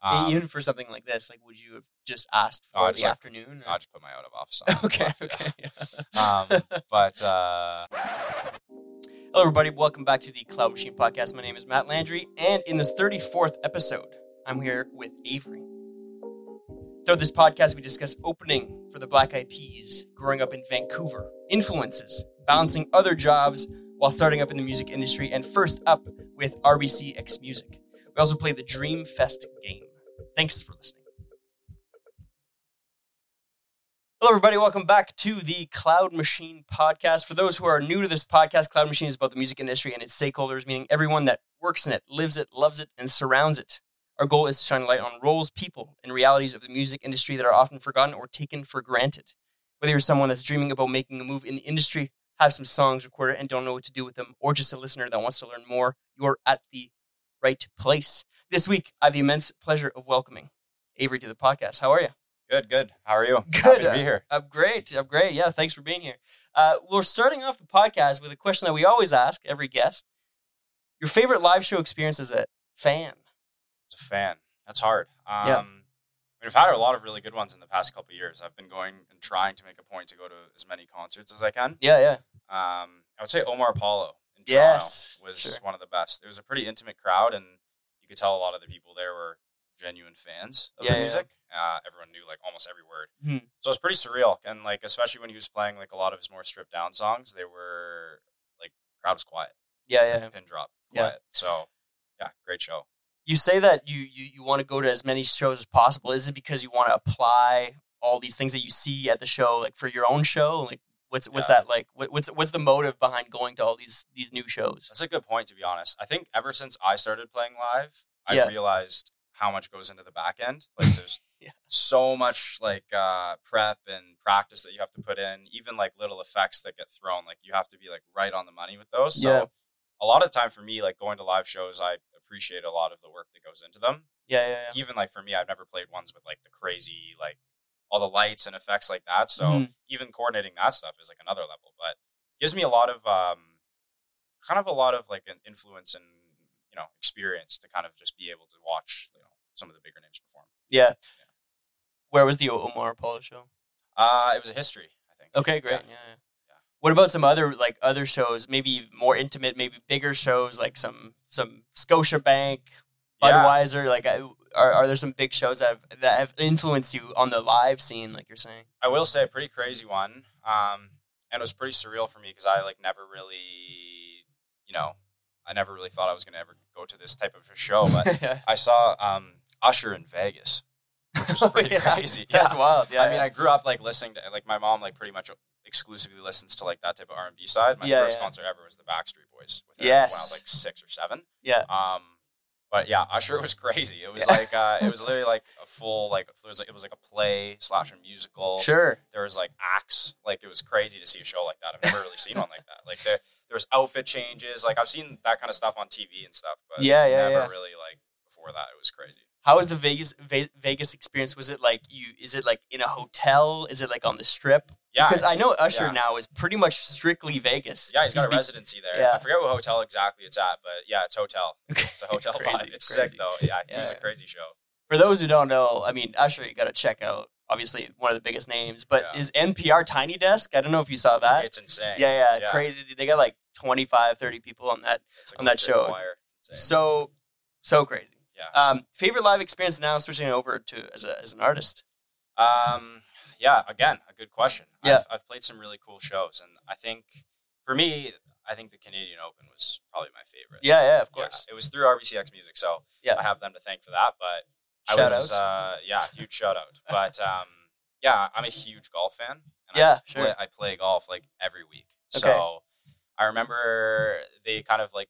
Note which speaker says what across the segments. Speaker 1: Um,
Speaker 2: Even for something like this, like, would you have just asked for
Speaker 1: Oh, I'd
Speaker 2: the
Speaker 1: just like-
Speaker 2: afternoon? or-
Speaker 1: I just put my out of office on. and
Speaker 2: okay,
Speaker 1: left it.
Speaker 2: okay.
Speaker 1: Um,
Speaker 2: yeah.
Speaker 1: but uh,
Speaker 2: Hello, everybody. Welcome back to the Cloud Machine Podcast. My name is Matt Landry, and in this 34th episode, I'm here with Avery. Throughout this podcast, we discuss opening for the Black Eyed Peas, growing up in Vancouver, influences, balancing other jobs while starting up in the music industry, and first up with RBC X Music. We also play the Dream Fest game. Thanks for listening. Hello, everybody. Welcome back to the Cloud Machine podcast. For those who are new to this podcast, Cloud Machine is about the music industry and its stakeholders, meaning everyone that works in it, lives it, loves it, and surrounds it. Our goal is to shine a light on roles, people, and realities of the music industry that are often forgotten or taken for granted. Whether you're someone that's dreaming about making a move in the industry, have some songs recorded and don't know what to do with them, or just a listener that wants to learn more, you're at the right place. This week, I have the immense pleasure of welcoming Avery to the podcast. How are you?
Speaker 1: good, good. How are you?
Speaker 2: Good.
Speaker 1: Happy to be here.
Speaker 2: I'm great. I'm great. Yeah, thanks for being here. Uh, we're starting off the podcast with a question that we always ask every guest: Your favorite live show experience as a fan?
Speaker 1: As a fan, that's hard. Um,
Speaker 2: Yeah.
Speaker 1: We've had a lot of really good ones in the past couple of years. I've been going and trying to make a point to go to as many concerts as I can.
Speaker 2: Yeah, yeah,
Speaker 1: Um, I would say Omar Apollo in Toronto
Speaker 2: Yes,
Speaker 1: was
Speaker 2: sure.
Speaker 1: one of the best. It was a pretty intimate crowd, and you could tell a lot of the people there were genuine fans of
Speaker 2: Yeah,
Speaker 1: the
Speaker 2: yeah.
Speaker 1: music. Uh, everyone knew like almost every word,
Speaker 2: Hmm.
Speaker 1: so it was pretty surreal. And like especially when he was playing like a lot of his more stripped down songs, they were like crowd was quiet,
Speaker 2: yeah, yeah.
Speaker 1: pin drop,
Speaker 2: Yeah.
Speaker 1: quiet. So yeah, great show.
Speaker 2: You say that you you you want to go to as many shows as possible. Is it because you want to apply all these things that you see at the show, like for your own show? Like, what's what's
Speaker 1: Yeah.
Speaker 2: that like? What, what's what's the motive behind going to all these these new shows?
Speaker 1: That's a good point, to be honest. I think ever since I started playing live, I
Speaker 2: Yeah.
Speaker 1: realized how much goes into the back end. Like there's
Speaker 2: Yeah.
Speaker 1: so much like uh, prep and practice that you have to put in, even like little effects that get thrown. Like you have to be like right on the money with those. So
Speaker 2: Yeah.
Speaker 1: a lot of the time for me, like going to live shows, I appreciate a lot of the work that goes into them.
Speaker 2: Yeah, yeah, yeah.
Speaker 1: Even like for me, I've never played ones with like the crazy like all the lights and effects like that. So
Speaker 2: Mhm.
Speaker 1: even coordinating that stuff is like another level, but gives me a lot of um, kind of a lot of like an influence and you know experience to kind of just be able to watch you know some of the bigger names perform.
Speaker 2: yeah. Where was the Omar Apollo show?
Speaker 1: Uh, it was a history, I think.
Speaker 2: Okay, great. Yeah.
Speaker 1: Yeah.
Speaker 2: yeah. What about some other like other shows? Maybe more intimate, maybe bigger shows like some some Scotiabank,
Speaker 1: Yeah.
Speaker 2: Budweiser. Like, I, are are there some big shows that have, that have influenced you on the live scene? Like you're saying.
Speaker 1: I will say a pretty crazy one. Um, and it was pretty surreal for me because I like never really, you know, I never really thought I was gonna ever go to this type of a show, but
Speaker 2: yeah.
Speaker 1: I saw um, Usher in Vegas, which was
Speaker 2: Oh,
Speaker 1: pretty
Speaker 2: yeah.
Speaker 1: crazy.
Speaker 2: That's wild. Yeah.
Speaker 1: I mean, I grew up like listening to like my mom like pretty much exclusively listens to like that type of R and B side. My
Speaker 2: Yeah,
Speaker 1: first
Speaker 2: yeah.
Speaker 1: concert ever was the Backstreet Boys. With her when I
Speaker 2: Yes.
Speaker 1: was like six or seven.
Speaker 2: yeah.
Speaker 1: Um, but yeah, Usher was crazy. It was
Speaker 2: Yeah.
Speaker 1: like uh, it was literally like a full like it was like, it was like a play slash a musical.
Speaker 2: Sure.
Speaker 1: There was like acts. Like it was crazy to see a show like that. I've never really seen one like that. Like there there was outfit changes. Like I've seen that kind of stuff on TV and stuff, but
Speaker 2: Yeah, yeah,
Speaker 1: never
Speaker 2: yeah.
Speaker 1: really like before that. It was crazy.
Speaker 2: How was the Vegas Ve- Vegas experience? Was it like you? Is it like in a hotel? Is it like on the Strip?
Speaker 1: Yeah,
Speaker 2: Because I
Speaker 1: it's-
Speaker 2: know Usher
Speaker 1: yeah.
Speaker 2: now is pretty much strictly Vegas.
Speaker 1: Yeah, he's got a
Speaker 2: be-
Speaker 1: residency there.
Speaker 2: yeah.
Speaker 1: I forget what hotel exactly it's at, but yeah, it's hotel. It's a hotel
Speaker 2: Crazy,
Speaker 1: vibe. It's
Speaker 2: crazy.
Speaker 1: sick though. Yeah, it was a
Speaker 2: Yeah.
Speaker 1: crazy show.
Speaker 2: for those who don't know, I mean, Usher, you got to check out. Obviously, one of the biggest names, but
Speaker 1: Yeah.
Speaker 2: is NPR Tiny Desk? I don't know if you saw that.
Speaker 1: It's insane.
Speaker 2: yeah, yeah,
Speaker 1: yeah.
Speaker 2: crazy. They got like 25, 30 people on that.
Speaker 1: It's like
Speaker 2: on
Speaker 1: a
Speaker 2: that
Speaker 1: legit
Speaker 2: show.
Speaker 1: choir. It's insane.
Speaker 2: So, so crazy.
Speaker 1: Yeah.
Speaker 2: Um, favorite live experience now switching over to as, a, as an artist.
Speaker 1: Um, yeah, again, a good question.
Speaker 2: Yeah.
Speaker 1: I've, I've played some really cool shows, and I think for me, I think the Canadian Open was probably my favorite.
Speaker 2: Yeah, yeah, of
Speaker 1: Yeah,
Speaker 2: course.
Speaker 1: it was through RBCX Music, so
Speaker 2: Yeah.
Speaker 1: I have them to thank for that. But I
Speaker 2: Shout
Speaker 1: was,
Speaker 2: out.
Speaker 1: uh, yeah, huge shout out. But um, yeah, I'm a huge golf fan. And
Speaker 2: Yeah,
Speaker 1: I
Speaker 2: sure.
Speaker 1: Play, I play golf like every week.
Speaker 2: Okay.
Speaker 1: So I remember they kind of like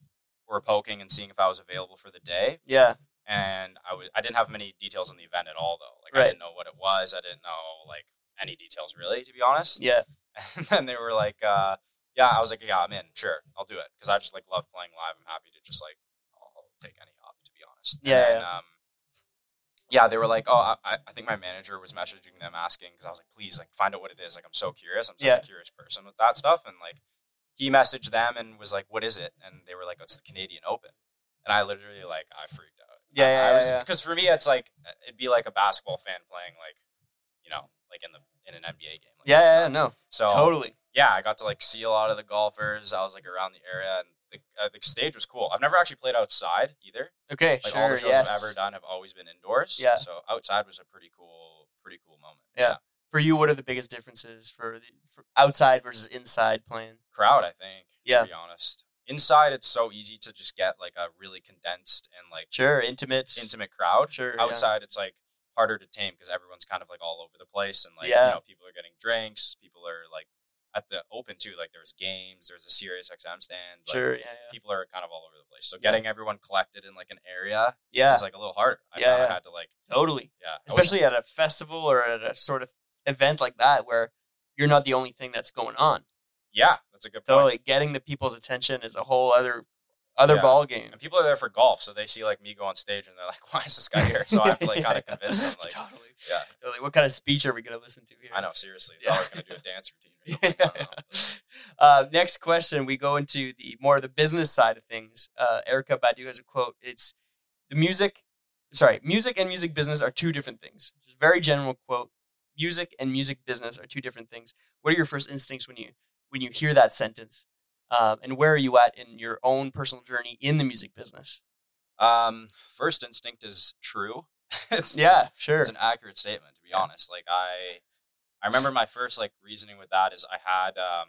Speaker 1: were poking and seeing if I was available for the day,
Speaker 2: yeah,
Speaker 1: and I was I didn't have many details on the event at all though. Like
Speaker 2: Right.
Speaker 1: I didn't know what it was. I didn't know like any details really, to be honest.
Speaker 2: yeah,
Speaker 1: And then they were like, uh, yeah, I was like, yeah, I'm in. Sure, I'll do it because I just like love playing live. I'm happy to just like I'll take any op to be honest. And
Speaker 2: Yeah,
Speaker 1: then, um, yeah, they were like, oh, I, I- I think my manager was messaging them asking because I was like, please, like find out what it is. Like I'm so curious. I'm such
Speaker 2: Yeah.
Speaker 1: a curious person with that stuff. And like he messaged them and was like, what is it? And they were like, oh, it's the Canadian Open. And I literally like I freaked out.
Speaker 2: Yeah, yeah,
Speaker 1: I
Speaker 2: yeah,
Speaker 1: was-
Speaker 2: yeah.
Speaker 1: Because for me, it's like uh, it'd be like a basketball fan playing like, you know, like in the in an NBA game. Like,
Speaker 2: Yeah,
Speaker 1: it's
Speaker 2: yeah, yeah,
Speaker 1: nuts.
Speaker 2: no,
Speaker 1: So
Speaker 2: totally.
Speaker 1: yeah, I got to like see a lot of the golfers. I was like around the area, and the, uh, the stage was cool. I've never actually played outside either.
Speaker 2: Okay,
Speaker 1: Like
Speaker 2: sure.
Speaker 1: all the shows
Speaker 2: yes.
Speaker 1: I've ever done have always been indoors.
Speaker 2: Yeah.
Speaker 1: So outside was a pretty cool, pretty cool moment.
Speaker 2: Yeah. For you, what are the biggest differences for the for outside versus inside playing?
Speaker 1: Crowd, I think.
Speaker 2: Yeah.
Speaker 1: To be honest, inside it's so easy to just get like a really condensed and like
Speaker 2: Sure, intimate.
Speaker 1: intimate crowd.
Speaker 2: Sure. yeah.
Speaker 1: outside it's like harder to tame because everyone's kind of like all over the place and like
Speaker 2: Yeah.
Speaker 1: you know people are getting drinks people are like at the open too like there's games there's a serious xm stand like,
Speaker 2: Sure. Yeah. Yeah.
Speaker 1: people are kind of all over the place so
Speaker 2: Yeah.
Speaker 1: getting everyone collected in like an area
Speaker 2: Yeah,
Speaker 1: is like a little harder i
Speaker 2: Yeah,
Speaker 1: found
Speaker 2: yeah.
Speaker 1: i had to like
Speaker 2: totally.
Speaker 1: yeah I was-
Speaker 2: Especially at a festival or at a sort of event like that where you're not the only thing that's going on.
Speaker 1: yeah that's a good point
Speaker 2: Totally, getting the people's attention is a whole other other
Speaker 1: Yeah.
Speaker 2: ball game.
Speaker 1: and people are there for golf so they see like me go on stage and they're like why is this guy here so i have to like kind of convince them like
Speaker 2: totally.
Speaker 1: yeah
Speaker 2: Totally. What kind of speech are we going to listen to here?
Speaker 1: i know seriously
Speaker 2: Yeah.
Speaker 1: i was gonna do a dance routine or something. I don't know.
Speaker 2: uh, next question, we go into the more of the business side of things. Uh, Erica Badu has a quote. It's the music, sorry, music and music business are two different things. Just very general quote. Music and music business are two different things. What are your first instincts when you when you hear that sentence? Um, and where are you at in your own personal journey in the music business?
Speaker 1: um first instinct is true it's
Speaker 2: Yeah, sure.
Speaker 1: it's an accurate statement to be honest like i i remember my first like reasoning with that is i had um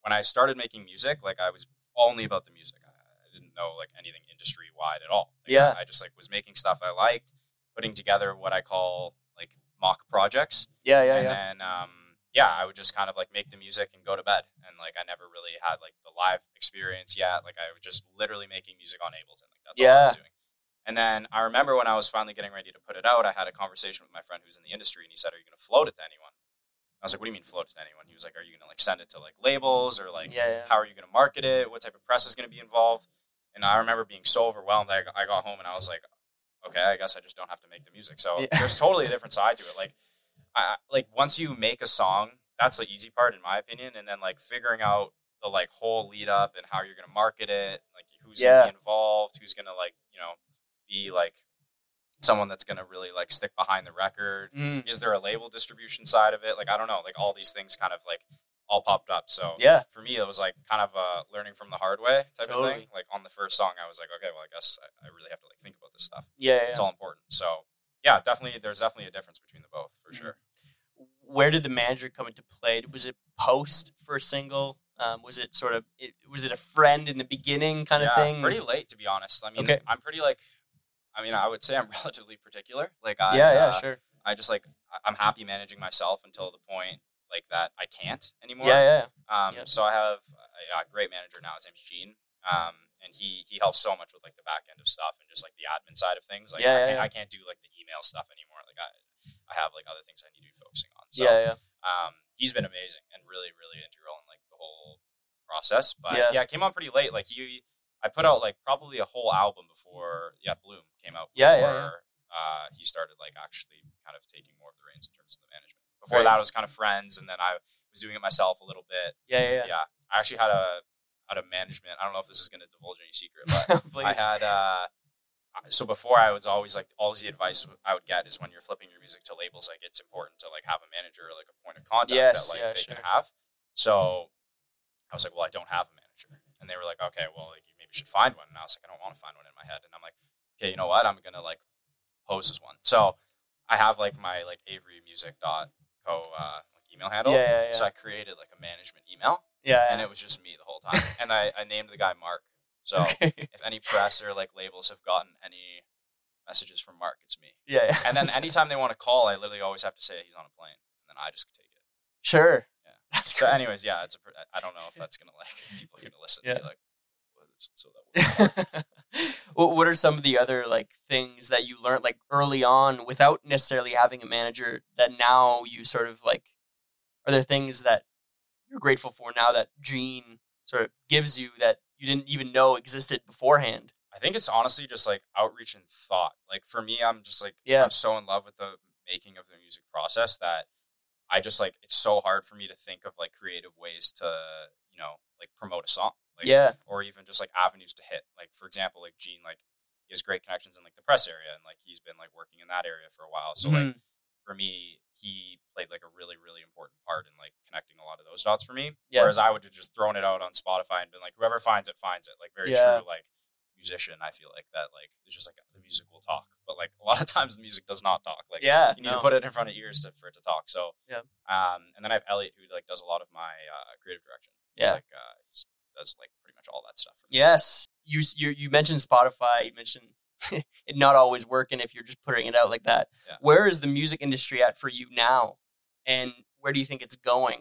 Speaker 1: when i started making music like i was only about the music i, I didn't know like anything industry wide at all Like,
Speaker 2: Yeah.
Speaker 1: i just like was making stuff i liked putting together what i call like mock projects
Speaker 2: Yeah, yeah,
Speaker 1: and
Speaker 2: yeah.
Speaker 1: then um yeah i would just kind of like make the music and go to bed and like i never really had like the live experience yet like i was just literally making music on ableton like that's all i
Speaker 2: Yeah.
Speaker 1: was doing and then i remember when i was finally getting ready to put it out i had a conversation with my friend who's in the industry and he said are you going to float it to anyone i was like what do you mean float it to anyone he was like are you going to like send it to like labels or like
Speaker 2: yeah, yeah.
Speaker 1: how are you going to market it what type of press is going to be involved and i remember being so overwhelmed I, I got home and i was like okay i guess i just don't have to make the music so
Speaker 2: Yeah.
Speaker 1: there's totally a different side to it like I, like once you make a song that's the easy part in my opinion and then like figuring out the like whole lead up and how you're going to market it like who's
Speaker 2: Yeah.
Speaker 1: going to be involved who's going to like you know be like someone that's going to really like stick behind the record
Speaker 2: Mm,
Speaker 1: is there a label distribution side of it like i don't know like all these things kind of like all popped up so
Speaker 2: yeah,
Speaker 1: for me, it was like kind of uh, learning from the hard way type of
Speaker 2: Totally.
Speaker 1: thing. Like on the first song, I was like, okay, well, I guess I, I really have to like think about this stuff.
Speaker 2: yeah, yeah.
Speaker 1: It's all important. So yeah, definitely, there's definitely a difference between the both for
Speaker 2: Mhm.
Speaker 1: sure.
Speaker 2: where did the manager come into play? Was it post first single? Um, was it sort of it, was it a friend in the beginning kind
Speaker 1: yeah,
Speaker 2: of thing?
Speaker 1: Pretty late, to be honest. I mean,
Speaker 2: Okay.
Speaker 1: I'm pretty like, I mean, I would say I'm relatively particular. Like, I,
Speaker 2: yeah, yeah,
Speaker 1: uh,
Speaker 2: sure.
Speaker 1: I just like I- I'm happy managing myself until the point like that I can't anymore.
Speaker 2: Yeah, yeah,
Speaker 1: Um,
Speaker 2: Yeah.
Speaker 1: So I have a, a great manager now. His name's Gene, um, and he he helps so much with like the back end of stuff and just like the admin side of things. Like I,
Speaker 2: Yeah, yeah,
Speaker 1: can't,
Speaker 2: yeah.
Speaker 1: I can't do like the email stuff anymore. Like I I have like other things I need to be focusing on. So
Speaker 2: yeah, yeah.
Speaker 1: um, he's been amazing and really really integral in like the whole process. But
Speaker 2: Yeah.
Speaker 1: yeah, it came on pretty late. Like he, I put out like probably a whole album before yeah Bloom came out.
Speaker 2: Yeah, yeah,
Speaker 1: before, Uh, he started like actually kind of taking more of the reins in terms of the management. Before
Speaker 2: Right.
Speaker 1: that, it was kind of friends, and then I was doing it myself a little bit
Speaker 2: Yeah, yeah,
Speaker 1: yeah. I actually had a had a management. I don't know if this is going to divulge any secret, but
Speaker 2: yeah. Please.
Speaker 1: I had uh so before I was always like always the advice I would get is when you're flipping your music to labels, like it's important to like have a manager or like a point of contact
Speaker 2: Yes,
Speaker 1: that like
Speaker 2: yeah,
Speaker 1: they
Speaker 2: sure.
Speaker 1: can have. So I was like, well, I don't have a manager, and they were like, okay, well, like you maybe should find one. And I was like, I don't want to find one in my head, and I'm like, okay, you know what? I'm gonna like pose as one. So I have like my like AveryMusic.co uh, like, email
Speaker 2: yeah,
Speaker 1: handle.
Speaker 2: yeah, yeah.
Speaker 1: So I created like a management email
Speaker 2: yeah,
Speaker 1: and it was just me the whole time. and I, I named the guy Mark. So
Speaker 2: okay.
Speaker 1: if any press or like labels have gotten any messages from Mark, it's me.
Speaker 2: yeah, yeah.
Speaker 1: And then anytime they want to call, I literally always have to say he's on a plane, and then I just take it.
Speaker 2: sure.
Speaker 1: Yeah.
Speaker 2: That's
Speaker 1: So,
Speaker 2: great.
Speaker 1: anyways, yeah, it's a, pr- I- I don't know if that's gonna like people are gonna listen. And
Speaker 2: Yeah.
Speaker 1: be like, "What is- so that was
Speaker 2: what what are some of the other like things that you learned like early on without necessarily having a manager that now you sort of like are there things that you're grateful for now that Gene sort of gives you that you didn't even know existed beforehand?
Speaker 1: I think it's honestly just like outreach and thought. Like for me, I'm just like
Speaker 2: Yeah.
Speaker 1: I'm so in love with the making of the music process that I just like it's so hard for me to think of like creative ways to you know like promote a song. Like,
Speaker 2: yeah.
Speaker 1: or even just like avenues to hit. Like for example, like Gene, like he has great connections in like the press area and like he's been like working in that area for a while. So
Speaker 2: Mm-hmm.
Speaker 1: like for me, he played like a really, really important part in like connecting a lot of those dots for me.
Speaker 2: Yeah.
Speaker 1: Whereas I would have just thrown it out on Spotify and been like, whoever finds it, finds it. Like very
Speaker 2: Yeah.
Speaker 1: true, like musician, I feel like that like it's just like the music will talk. But like a lot of times the music does not talk. Like
Speaker 2: yeah,
Speaker 1: you need to
Speaker 2: no.
Speaker 1: put it in front of ears to, for it to talk. So
Speaker 2: Yeah.
Speaker 1: Um, and then I have Elliot who like does a lot of my uh, creative direction. He's
Speaker 2: Yeah.
Speaker 1: like uh, he's, does like pretty much all that stuff. For me.
Speaker 2: Yes, you s- you you mentioned Spotify. You mentioned it not always working if you're just putting it out like that.
Speaker 1: Yeah.
Speaker 2: Where is the music industry at for you now, and where do you think it's going?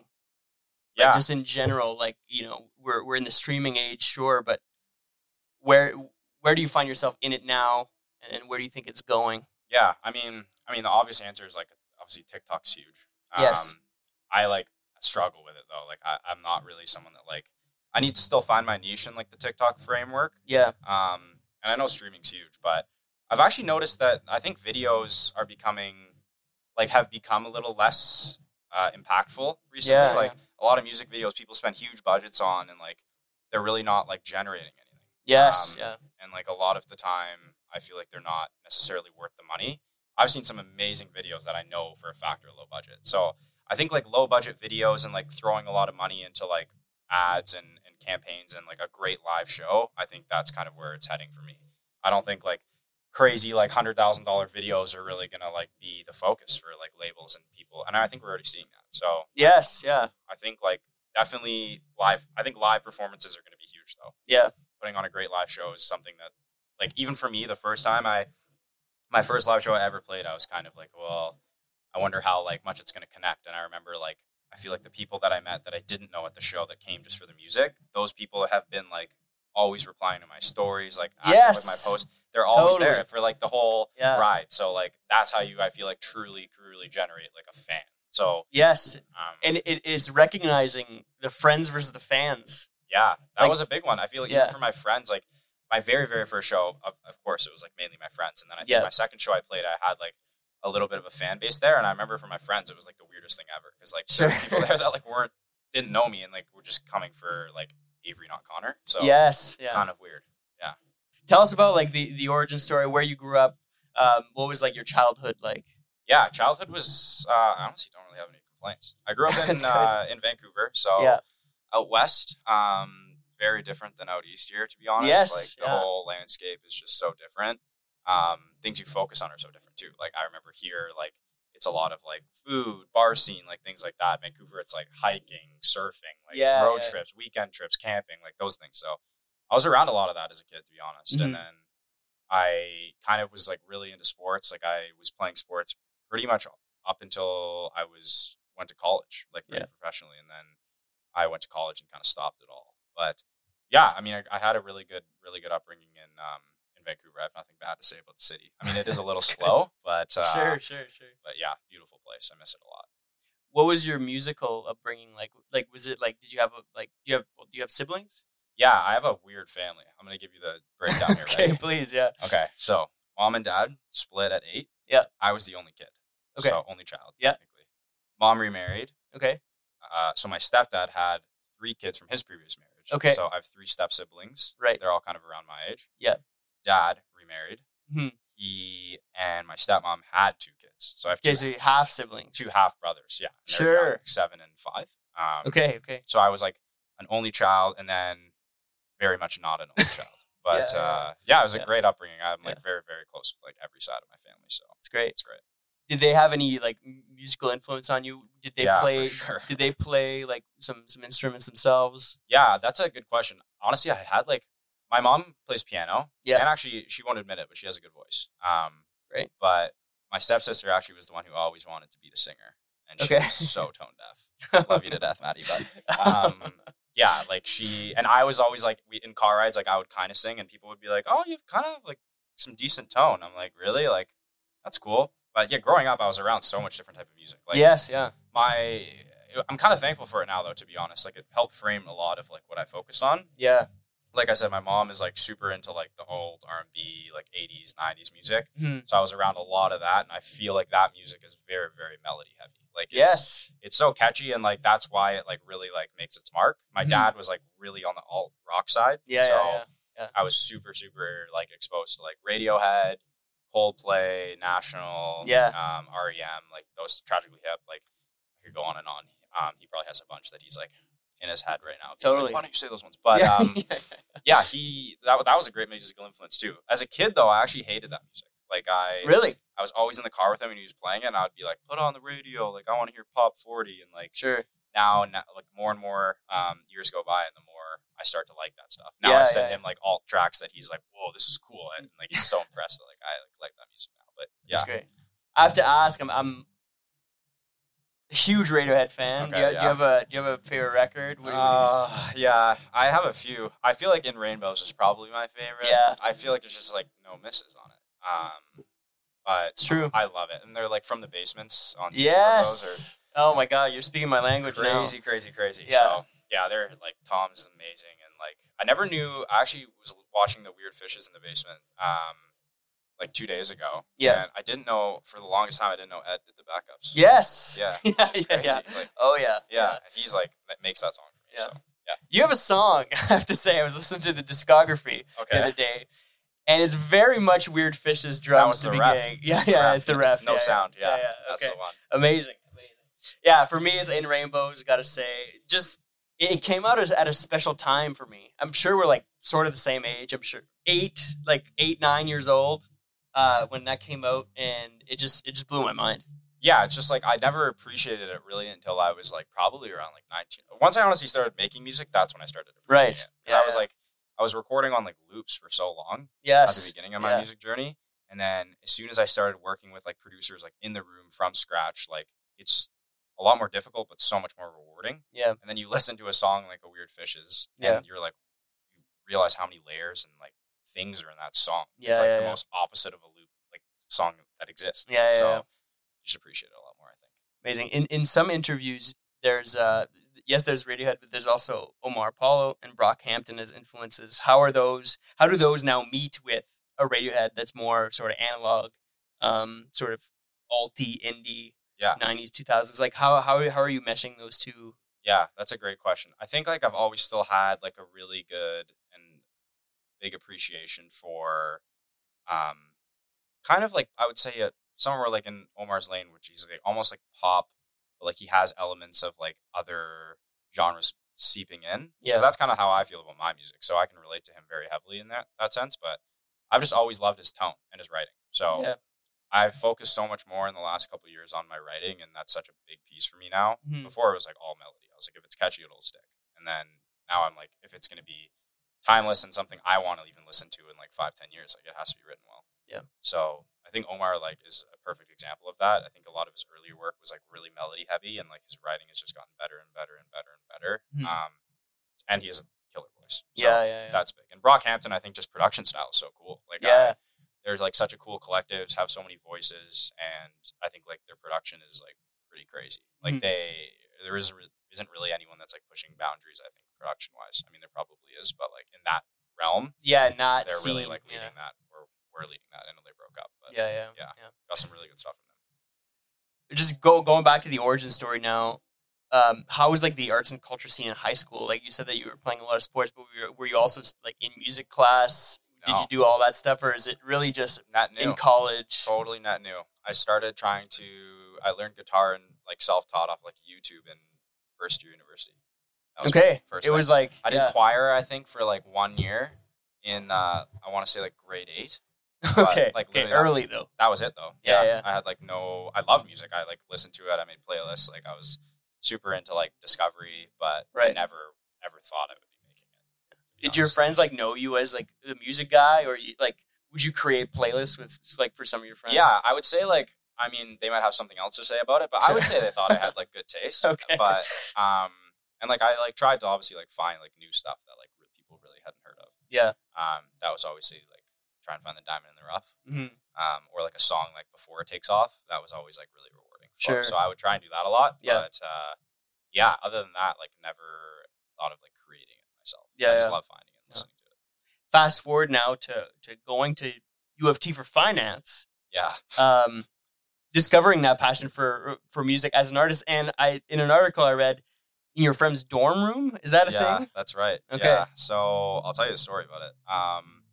Speaker 2: Like,
Speaker 1: Yeah.
Speaker 2: just in general, like you know, we're we're in the streaming age, sure, but where where do you find yourself in it now, and where do you think it's going?
Speaker 1: Yeah, I mean, I mean, the obvious answer is like obviously TikTok's huge. Um,
Speaker 2: Yes.
Speaker 1: I like struggle with it though. Like I, I'm not really someone that like I need to still find my niche in like the TikTok framework.
Speaker 2: Yeah,
Speaker 1: Um, and I know streaming's huge, but I've actually noticed that I think videos are becoming like have become a little less uh, impactful recently.
Speaker 2: Yeah,
Speaker 1: like a lot of music videos, people spend huge budgets on, and like they're really not like generating anything
Speaker 2: yes,
Speaker 1: Um,
Speaker 2: yeah,
Speaker 1: and like a lot of the time i feel like they're not necessarily worth the money i've seen some amazing videos that i know for a fact are low budget so i think like low budget videos and like throwing a lot of money into like ads and, and campaigns and like a great live show i think that's kind of where it's heading for me i don't think like crazy like $100000 videos are really gonna like be the focus for like labels and people and i think we're already seeing that so
Speaker 2: yes, yeah,
Speaker 1: i think like definitely live i think live performances are gonna be huge though
Speaker 2: yeah,
Speaker 1: putting on a great live show is something that like even for me the first time i my first live show i ever played i was kind of like well i wonder how like much it's going to connect and i remember like i feel like the people that i met that i didn't know at the show that came just for the music those people have been like always replying to my stories like active with
Speaker 2: Yes.
Speaker 1: my posts they're always
Speaker 2: Totally.
Speaker 1: there for like the whole
Speaker 2: yeah,
Speaker 1: ride so like that's how you i feel like truly truly generate like a fan so
Speaker 2: yes,
Speaker 1: um,
Speaker 2: and it, it's recognizing the friends versus the fans.
Speaker 1: Yeah, that
Speaker 2: Like-
Speaker 1: was a big one. I feel like
Speaker 2: Yeah.
Speaker 1: even for my friends, like my very very first show, of, of course, it was like mainly my friends, and then I think
Speaker 2: Yeah.
Speaker 1: my second show I played, I had like a little bit of a fan base there, and I remember for my friends, it was like the weirdest thing ever because like there
Speaker 2: Sure.
Speaker 1: was people there that like weren't didn't know me and like were just coming for like Avery, not Connor. So
Speaker 2: yes, yeah.
Speaker 1: kind of weird.
Speaker 2: tell us about like the the origin story where you grew up um, what was like your childhood like
Speaker 1: Yeah, childhood was. Uh, I honestly don't really have any complaints. I grew up
Speaker 2: That's
Speaker 1: in
Speaker 2: good.
Speaker 1: uh, in Vancouver, so
Speaker 2: Yeah.
Speaker 1: out west, um, very different than out east here. To be honest,
Speaker 2: Yes,
Speaker 1: like the
Speaker 2: yeah.
Speaker 1: whole landscape is just so different. Um, things you focus on are so different too. Like I remember here, like it's a lot of like food, bar scene, like things like that. Vancouver, it's like hiking, surfing, like
Speaker 2: Yeah,
Speaker 1: road
Speaker 2: yeah.
Speaker 1: trips, weekend trips, camping, like those things. So I was around a lot of that as a kid, to be honest. And
Speaker 2: Mhm.
Speaker 1: then I kind of was like really into sports. Like I was playing sports pretty much up until I was went to college, like really
Speaker 2: Yeah.
Speaker 1: professionally, and then I went to college and kind of stopped it all. But yeah, I mean, I, I had a really good, really good upbringing in um, in Vancouver. I have nothing bad to say about the city. I mean, it is a little
Speaker 2: That's good.
Speaker 1: slow, but uh,
Speaker 2: sure sure
Speaker 1: but yeah, beautiful place. I miss it a lot.
Speaker 2: what was your musical upbringing like like was it like did you have a like do you have do you have siblings
Speaker 1: Yeah, I have a weird family. I'm gonna give you the breakdown here.
Speaker 2: okay
Speaker 1: ready?
Speaker 2: please yeah
Speaker 1: Okay, so mom and dad split at eight.
Speaker 2: Yeah.
Speaker 1: I was the only kid.
Speaker 2: Okay.
Speaker 1: so only child.
Speaker 2: Yeah.
Speaker 1: technically. mom remarried.
Speaker 2: okay
Speaker 1: Uh, so my stepdad had three kids from his previous marriage.
Speaker 2: Okay.
Speaker 1: so I have three step siblings.
Speaker 2: right
Speaker 1: They're all kind of around my age.
Speaker 2: Yeah.
Speaker 1: dad remarried.
Speaker 2: Mhm.
Speaker 1: He and my stepmom had two kids, so I have two,
Speaker 2: okay so you half siblings
Speaker 1: two half brothers. Yeah, and they're young,
Speaker 2: Sure.
Speaker 1: like seven and five. Um,
Speaker 2: okay okay
Speaker 1: so I was like an only child, and then very much not an only child. But
Speaker 2: Yeah.
Speaker 1: uh, yeah, it was a
Speaker 2: Yeah.
Speaker 1: great upbringing. I'm like
Speaker 2: Yeah.
Speaker 1: very, very close with like every side of my family, so
Speaker 2: it's great
Speaker 1: it's great.
Speaker 2: did they have any like m- musical influence on you did they
Speaker 1: Yeah, for
Speaker 2: play
Speaker 1: sure.
Speaker 2: did they play like some some instruments themselves
Speaker 1: Yeah, that's a good question. Honestly, I had like my mom plays piano.
Speaker 2: Yeah.
Speaker 1: And actually she won't admit it, but she has a good voice. Um
Speaker 2: Great.
Speaker 1: But my stepsister actually was the one who always wanted to be the singer. And she
Speaker 2: Okay.
Speaker 1: was so tone deaf. Love you to death, Maddie. But um yeah, like she and I was always like we in car rides, like I would kind of sing and people would be like, Oh, you've kind of like some decent tone. I'm like, really? Like, that's cool. But yeah, growing up I was around so much different type of music. Like
Speaker 2: yes yeah
Speaker 1: my I'm kind of thankful for it now though to be honest like it helped frame a lot of like what I focused on
Speaker 2: yeah
Speaker 1: like I said my mom is like super into like the old R&B like 80s 90s music
Speaker 2: Hmm.
Speaker 1: so I was around a lot of that and I feel like that music is very very melody heavy like it's,
Speaker 2: yes
Speaker 1: it's so catchy and like that's why it like really like makes its mark my
Speaker 2: Mhm.
Speaker 1: dad was like really on the alt rock side
Speaker 2: yeah,
Speaker 1: so
Speaker 2: yeah, yeah. Yeah.
Speaker 1: I was super, super like exposed to like Radiohead, Coldplay, National,
Speaker 2: Yeah.
Speaker 1: um, REM, like those tragically hip. Like I could go on and on. Um, he probably has a bunch that he's like in his head right now. He's like,
Speaker 2: Totally.
Speaker 1: Why don't you say those ones? But
Speaker 2: yeah.
Speaker 1: um, yeah, he that wa- that was a great musical influence too. As a kid though, I actually hated that music. Like I
Speaker 2: really?
Speaker 1: I was always in the car with him and he was playing it, and I'd be like, put on the radio, like I want to hear Pop Forty, and like
Speaker 2: Sure.
Speaker 1: now, now like more and more um, years go by and the more I start to like that stuff. Now
Speaker 2: Yeah,
Speaker 1: I send
Speaker 2: yeah,
Speaker 1: him like alt tracks that he's like, "Whoa, this is cool," and like he's so impressed that like I like, like that music now. But yeah,
Speaker 2: That's great. I have to ask. I'm, I'm a huge Radiohead fan. do,
Speaker 1: Okay,
Speaker 2: you, do
Speaker 1: yeah.
Speaker 2: you have a Do you have a favorite record? What do you- what
Speaker 1: Uh, yeah, I have a few. I feel like In Rainbows is probably my favorite.
Speaker 2: Yeah.
Speaker 1: I feel like there's just like no misses on it. Um,
Speaker 2: do you-
Speaker 1: but
Speaker 2: it's true.
Speaker 1: I love it, and they're like from the basements on YouTube, Those
Speaker 2: Yes. Oh my God, you're speaking my
Speaker 1: are
Speaker 2: language now.
Speaker 1: crazy, crazy, crazy.
Speaker 2: Yeah.
Speaker 1: So yeah, they're like Tom's is amazing, and like I never knew. I actually was watching the Weird Fishes in the basement. Um, like two days ago.
Speaker 2: Yeah.
Speaker 1: and I didn't know for the longest time. I didn't know Ed did the backups.
Speaker 2: Yes.
Speaker 1: Yeah,
Speaker 2: Yeah.
Speaker 1: which is
Speaker 2: yeah,
Speaker 1: crazy.
Speaker 2: yeah.
Speaker 1: Like,
Speaker 2: Oh yeah.
Speaker 1: yeah, and he's like that makes that song. For me,
Speaker 2: Yeah.
Speaker 1: So
Speaker 2: You have a song. I have to say, I was listening to the discography
Speaker 1: okay.
Speaker 2: the other day, and it's very much Weird Fish's drums
Speaker 1: That was
Speaker 2: to
Speaker 1: the
Speaker 2: begin.
Speaker 1: ref.
Speaker 2: Yeah,
Speaker 1: It's the
Speaker 2: yeah,
Speaker 1: ref.
Speaker 2: it's the ref.
Speaker 1: No
Speaker 2: Yeah, yeah.
Speaker 1: sound. Yeah,
Speaker 2: Yeah, yeah,
Speaker 1: that's
Speaker 2: okay.
Speaker 1: the one.
Speaker 2: amazing, amazing. Yeah, for me, it's in rainbows. Got to say, just it it came out as, at a special time for me. I'm sure we're like sort of the same age. I'm sure eight, like eight, nine years old uh, when that came out, and it just it just blew my mind.
Speaker 1: Yeah, it's just like I never appreciated it really until I was like probably around like 19. Once I honestly started making music, that's when I started appreciating
Speaker 2: Right.
Speaker 1: it. 'Cause
Speaker 2: Yeah,
Speaker 1: I was
Speaker 2: yeah.
Speaker 1: like, I was recording on like loops for so long at the
Speaker 2: Yes,
Speaker 1: beginning of my
Speaker 2: Yeah.
Speaker 1: music journey, and then as soon as I started working with like producers like in the room from scratch, like it's a lot more difficult, but so much more rewarding.
Speaker 2: Yeah.
Speaker 1: And then you listen to a song like a Weird Fishes, and
Speaker 2: Yeah.
Speaker 1: you're like, you realize how many layers and like things are in that song.
Speaker 2: Yeah,
Speaker 1: it's like
Speaker 2: yeah,
Speaker 1: the
Speaker 2: yeah.
Speaker 1: most opposite of a loop like song that exists.
Speaker 2: Yeah, yeah,
Speaker 1: so
Speaker 2: yeah.
Speaker 1: you should appreciate it a lot more. I think.
Speaker 2: amazing. In in some interviews, there's uh yes, there's Radiohead, but there's also Omar Apollo and Brock Hampton as influences. How are those? How do those now meet with a Radiohead that's more sort of analog, um, sort of alty indie,
Speaker 1: Yeah.
Speaker 2: nineties, two thousands? Like how how how are you meshing those two?
Speaker 1: Yeah, that's a great question. I think like I've always still had like a really good and big appreciation for um kind of like I would say uh somewhere like in Omar's Lane, which he's like almost like pop, but like he has elements of like other genres seeping in.
Speaker 2: Yeah.
Speaker 1: Because that's kind of how I feel about my music. So I can relate to him very heavily in that, that sense. But I've just always loved his tone and his writing. So
Speaker 2: Yeah.
Speaker 1: I've focused so much more in the last couple of years on my writing, and that's such a big piece for me now.
Speaker 2: Mhm.
Speaker 1: Before it was like all melody. I was like, if it's catchy, it'll stick. And then now I'm like, if it's going to be timeless and something I want to even listen to in like five, ten years, like it has to be written well.
Speaker 2: Yeah.
Speaker 1: So I think Omar like is a perfect example of that. I think a lot of his earlier work was like really melody heavy, and like his writing has just gotten better and better and better and better.
Speaker 2: Mhm.
Speaker 1: Um, and he has a killer voice. So
Speaker 2: yeah, yeah, yeah.
Speaker 1: that's big. And Brockhampton, I think just production style is so cool. Like, I,
Speaker 2: Yeah.
Speaker 1: there's like such a cool collectives, have so many voices, and I think like their production is like pretty crazy. Like
Speaker 2: Mhm.
Speaker 1: they, there is re- isn't really anyone that's like pushing boundaries. I think production wise, I mean there probably is, but like in that realm,
Speaker 2: yeah, not
Speaker 1: they're really
Speaker 2: seen,
Speaker 1: like
Speaker 2: yeah.
Speaker 1: leading that, or we're leading that. I know they broke up, but
Speaker 2: Yeah, yeah,
Speaker 1: Yeah. got some really good stuff in them.
Speaker 2: Just go going back to the origin story now. Um, how was like the arts and culture scene in high school? Like you said that you were playing a lot of sports, but were you, were you also like in music class? Did you
Speaker 1: No.
Speaker 2: do all that stuff, or is it really just
Speaker 1: Not new.
Speaker 2: in college?
Speaker 1: totally not new. I started trying to. I learned guitar and like self taught off like YouTube in first year university. That was my
Speaker 2: okay,
Speaker 1: first
Speaker 2: it
Speaker 1: thing.
Speaker 2: was like
Speaker 1: I did
Speaker 2: yeah.
Speaker 1: choir, I think, for like one year in uh, I want to say like grade eight. but,
Speaker 2: okay,
Speaker 1: like,
Speaker 2: okay,
Speaker 1: literally that-
Speaker 2: early though.
Speaker 1: That was it though.
Speaker 2: Yeah, yeah.
Speaker 1: I had like no. I love music. I like listened to it. I made playlists. Like I was super into like discovery, but I
Speaker 2: Right.
Speaker 1: never ever thought I would be making it. to be
Speaker 2: Did your
Speaker 1: honest.
Speaker 2: friends like know you as like the music guy, or you like would you create playlists with like for some of your friends?
Speaker 1: Yeah, I would say like I mean they might have something else to say about it, but I would say they thought I had like good taste.
Speaker 2: Okay.
Speaker 1: But um, and like I like tried to obviously like find like new stuff that like re- people really hadn't heard of.
Speaker 2: yeah.
Speaker 1: Um, that was obviously like try and find the diamond in the rough.
Speaker 2: hmm
Speaker 1: um, or like a song like before it takes off. That was always like really rewarding. So-
Speaker 2: Sure.
Speaker 1: So I would try and do that a lot.
Speaker 2: Yeah.
Speaker 1: But uh, yeah, other than that, like never thought of like creating it myself.
Speaker 2: Yeah,
Speaker 1: I just
Speaker 2: yeah.
Speaker 1: love finding it and
Speaker 2: Yeah.
Speaker 1: listening to it.
Speaker 2: Fast forward now to to going to U of T for finance.
Speaker 1: Yeah.
Speaker 2: um, discovering that passion for for music as an artist. And I in an article I read, in your friend's dorm room? Is that a
Speaker 1: yeah,
Speaker 2: thing?
Speaker 1: that's right.
Speaker 2: Okay.
Speaker 1: Yeah. So I'll tell you a story about it. Um,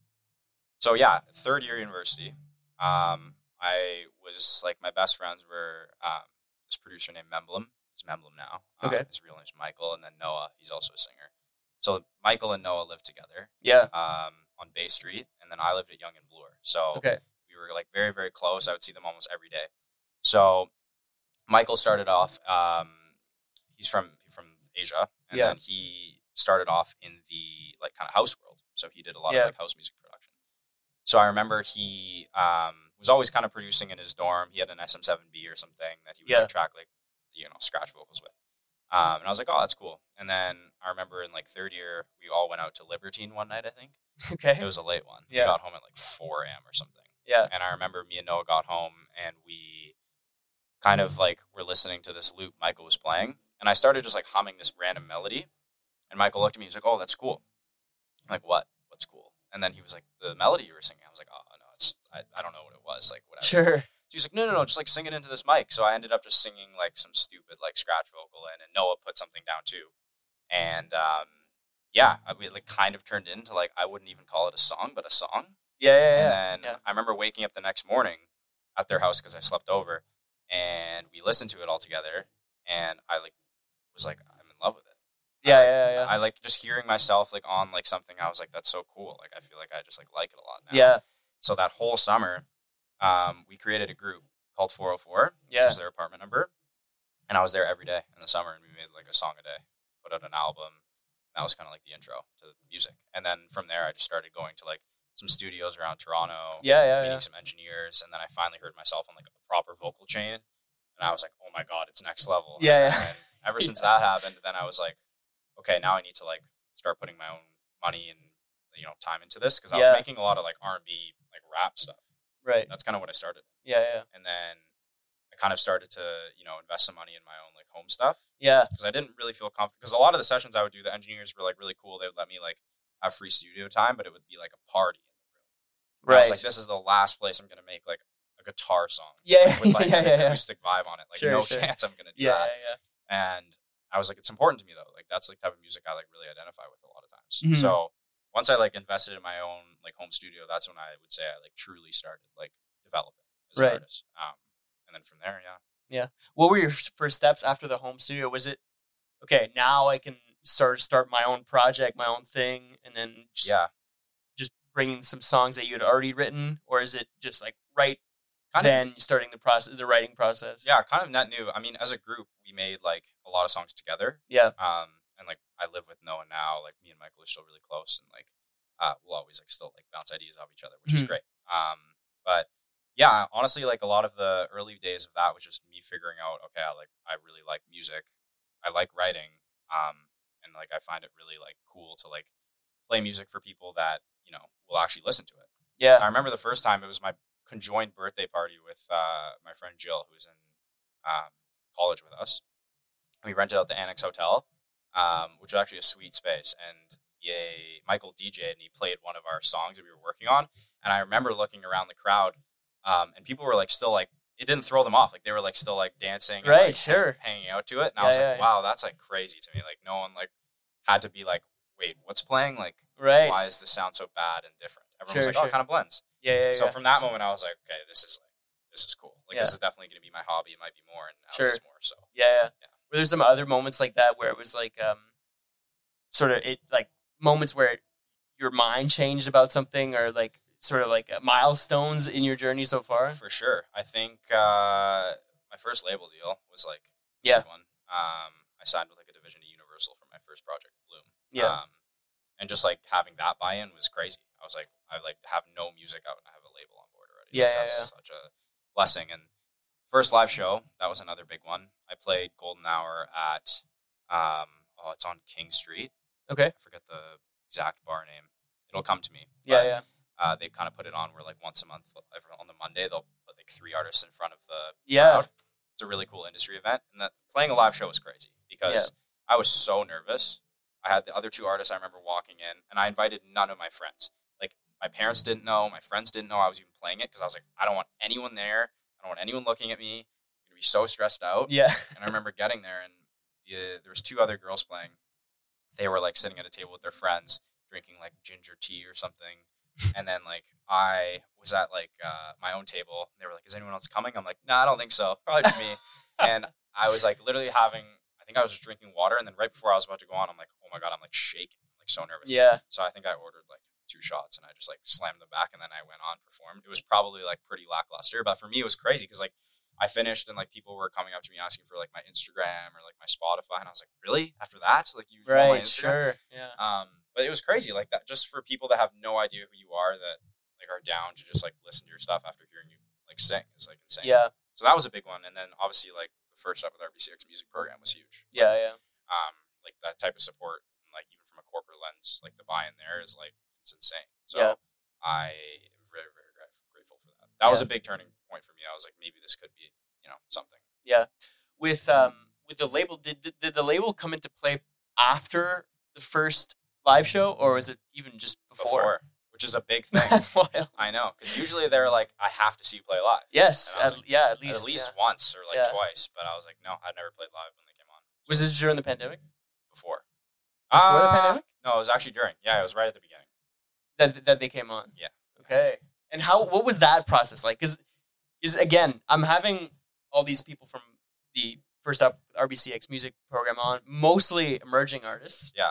Speaker 1: so yeah, third year university, um, I was like my best friends were um, this producer named Memblem. He's Memblem now. Um,
Speaker 2: Okay.
Speaker 1: His real name's Michael, and then Noah. He's also a singer. So Michael and Noah lived together
Speaker 2: Yeah.
Speaker 1: um, on Bay Street, and then I lived at Young and Bloor. So
Speaker 2: Okay.
Speaker 1: we were like very very close. I would see them almost every day. So Michael started off. Um, he's from from Asia, and
Speaker 2: Yeah.
Speaker 1: then he started off in the like kind of house world. So he did a lot
Speaker 2: Yeah.
Speaker 1: of like house music production. So I remember he um, was always kind of producing in his dorm. He had an SM7B or something that he would
Speaker 2: Yeah.
Speaker 1: like, track like you know scratch vocals with. Um, and I was like, oh, that's cool. And then I remember in like third year, we all went out to Libertine one night. I think it
Speaker 2: Okay.
Speaker 1: was a late one.
Speaker 2: Yeah.
Speaker 1: We got home at like 4 a.m. or something.
Speaker 2: Yeah.
Speaker 1: And I remember me and Noah got home and we kind of like were listening to this loop Michael was playing. And I started just like humming this random melody. And Michael looked at me. He's like, oh, that's cool. I'm like, what? What's cool? And then he was like, the melody you were singing. I was like, oh, no, it's, I, I don't know what it was. Like, whatever.
Speaker 2: Sure.
Speaker 1: So he's like, no, no, no, just like sing it into this mic. So I ended up just singing like some stupid like scratch vocal in, and Noah put something down too. And um, yeah, I- we like kind of turned into like I wouldn't even call it a song, but a song.
Speaker 2: Yeah, yeah, yeah.
Speaker 1: and then
Speaker 2: yeah.
Speaker 1: I remember waking up the next morning at their house because I slept over, and we listened to it all together. And I like was like, I'm in love with it.
Speaker 2: yeah, yeah, yeah.
Speaker 1: I like just hearing myself like on like something. I was like, that's so cool. Like I feel like I just like like it a lot now.
Speaker 2: yeah,
Speaker 1: So that whole summer, um, we created a group called 404,
Speaker 2: Yeah.
Speaker 1: which is their apartment number. And I was there every day in the summer, and we made like a song a day, put out an album. That was kind of like the intro to the music. And then from there, I just started going to like some studios around Toronto,
Speaker 2: yeah, yeah,
Speaker 1: meeting
Speaker 2: yeah.
Speaker 1: some engineers, and then I finally heard myself on like a proper vocal chain, and I was like, oh my god, it's next level.
Speaker 2: Yeah,
Speaker 1: And
Speaker 2: yeah.
Speaker 1: then ever since that happened, then I was like, okay, now I need to like start putting my own money and you know time into this because I
Speaker 2: Yeah.
Speaker 1: was making a lot of like R and B like rap stuff.
Speaker 2: Right.
Speaker 1: That's kind of what I started,
Speaker 2: Yeah, yeah,
Speaker 1: and then I kind of started to you know invest some money in my own like home stuff
Speaker 2: yeah.
Speaker 1: because I didn't really feel comfortable because a lot of the sessions I would do, the engineers were like really cool. They would let me like have free studio time, but it would be like a party. And I
Speaker 2: Right.
Speaker 1: was like, this is the last place I'm gonna make like a guitar song
Speaker 2: yeah,
Speaker 1: with like
Speaker 2: yeah,
Speaker 1: an
Speaker 2: yeah, yeah.
Speaker 1: acoustic vibe on it. Like
Speaker 2: Sure,
Speaker 1: no
Speaker 2: sure.
Speaker 1: chance I'm gonna do
Speaker 2: yeah,
Speaker 1: that.
Speaker 2: yeah,
Speaker 1: And I was like, it's important to me though. Like that's the type of music I like really identify with a lot of times.
Speaker 2: Mhm.
Speaker 1: So once I like invested in my own like home studio, that's when I would say I like truly started like developing as
Speaker 2: Right.
Speaker 1: an artist. Um, and then from there, yeah,
Speaker 2: yeah. What were your s- first steps after the home studio? Was it okay? Now I can start start my own project, my own thing, and then just
Speaker 1: yeah,
Speaker 2: just bringing some songs that you had already written, or is it just like right
Speaker 1: Kind of-
Speaker 2: then starting the process, the writing process?
Speaker 1: yeah, kind of net new. I mean, as a group, we made like a lot of songs together.
Speaker 2: yeah,
Speaker 1: Um, and like I live with Noah now. Like me and Michael are still really close, and like uh, we'll always like still like bounce ideas off each other, which is
Speaker 2: Mhm.
Speaker 1: great. Um, but yeah, honestly, like a lot of the early days of that was just me figuring out, okay, I like I really like music, I like writing, um, and like I find it really like cool to like play music for people that you know will actually listen to it.
Speaker 2: yeah,
Speaker 1: I remember the first time it was my conjoined birthday party with uh, my friend Jill, who was in um, college with us. We rented out the Annex Hotel, um, which was actually a sweet space. And yay, Michael DJed and he played one of our songs that we were working on. And I remember looking around the crowd, um, and people were like still like it didn't throw them off. Like they were like still like dancing, and,
Speaker 2: right,
Speaker 1: like,
Speaker 2: sure,
Speaker 1: hanging out to it. And
Speaker 2: Yeah,
Speaker 1: I was
Speaker 2: yeah,
Speaker 1: like,
Speaker 2: yeah.
Speaker 1: wow, that's like crazy to me. Like no one like had to be like, wait, what's playing? Like
Speaker 2: right,
Speaker 1: why is the sound so bad and different? Everyone
Speaker 2: Sure,
Speaker 1: was like, oh,
Speaker 2: sure.
Speaker 1: it kind of blends.
Speaker 2: yeah, yeah, yeah.
Speaker 1: So from that moment, I was like, okay, this is like, this is cool. Like, this
Speaker 2: Yeah.
Speaker 1: is definitely going to be my hobby. It might be more, and now
Speaker 2: Sure.
Speaker 1: there's more. So
Speaker 2: Yeah, yeah. Were there some other moments like that where it was like, um, sort of it like moments where it, your mind changed about something, or like sort of like uh, milestones in your journey so far?
Speaker 1: for sure, I think uh, my first label deal was like, a
Speaker 2: Yeah.
Speaker 1: big one. Um, I signed with like a division of Universal for my first project, Bloom.
Speaker 2: Yeah,
Speaker 1: Um, and just like having that buy-in was crazy. I was like, I like have no music out and I have a label on board already.
Speaker 2: Yeah,
Speaker 1: Like,
Speaker 2: yeah,
Speaker 1: that's
Speaker 2: yeah.
Speaker 1: such a blessing. And first live show, that was another big one. I played Golden Hour at, um, oh, it's on King Street.
Speaker 2: Okay.
Speaker 1: I forget the exact bar name. It'll come to me.
Speaker 2: yeah,
Speaker 1: But,
Speaker 2: yeah.
Speaker 1: Uh, they kind of put it on where like once a month, every- on the Monday, they'll put like three artists in front of the
Speaker 2: Yeah,
Speaker 1: crowd. It's a really cool industry event, and that playing a live show was crazy because I was so nervous. I had the other two artists. I remember walking in, and I invited none of my friends. Like my parents didn't know, my friends didn't know I was even playing it because I was like, I don't want anyone there. I don't want anyone looking at me. I'm gonna be so stressed out.
Speaker 2: yeah,
Speaker 1: And I remember getting there, and uh, there was two other girls playing. They were like sitting at a table with their friends, drinking like ginger tea or something. and then like I was at like uh, my own table. And they were like, "Is anyone else coming?" I'm like, "No, I don't think so. Probably just me." and I was like literally having. I think I was just drinking water, and then right before I was about to go on, I'm like, "Oh my god!" I'm like shaking, I'm, like so nervous.
Speaker 2: Yeah.
Speaker 1: So I think I ordered like two shots and I just like slammed them back and then I went on performed. It was probably like pretty lackluster, but for me it was crazy because like I finished and like people were coming up to me asking for like my Instagram or like my Spotify and I was like, really? After that, like you you want my
Speaker 2: Right.
Speaker 1: Instagram?
Speaker 2: Sure. Yeah.
Speaker 1: Um, but it was crazy like that just for people that have no idea who you are that like are down to just like listen to your stuff after hearing you like sing is like insane.
Speaker 2: Yeah.
Speaker 1: So that was a big one, and then obviously like the first up with RBCX music program was huge
Speaker 2: Yeah. Yeah.
Speaker 1: um, like that type of support, and, like even from a corporate lens, like the buy-in there is like it's insane. So
Speaker 2: Yeah.
Speaker 1: I am very, very grat- grateful for that. That was a big turning point for me. I was like, maybe this could be, you know, something.
Speaker 2: With um with the label, did did- did the label come into play after the first live show, or was it even just before?
Speaker 1: Before, which is a big thing.
Speaker 2: That's wild.
Speaker 1: I know, because usually they're like, I have to see you play live,
Speaker 2: Yes.
Speaker 1: And I was
Speaker 2: at-
Speaker 1: like,
Speaker 2: yeah. At least.
Speaker 1: at least
Speaker 2: yeah.
Speaker 1: once or like
Speaker 2: Yeah.
Speaker 1: twice. But I was like, no, I never played live when they came on
Speaker 2: Was this during the pandemic?
Speaker 1: before.
Speaker 2: Before the
Speaker 1: Uh,
Speaker 2: pandemic?
Speaker 1: No, it was actually during. Yeah, it was right at the beginning.
Speaker 2: that that they came on.
Speaker 1: Yeah.
Speaker 2: Okay. And how what was that process like? Because is again, I'm having all these people from the first up RBCX music program on, mostly emerging artists.
Speaker 1: Yeah.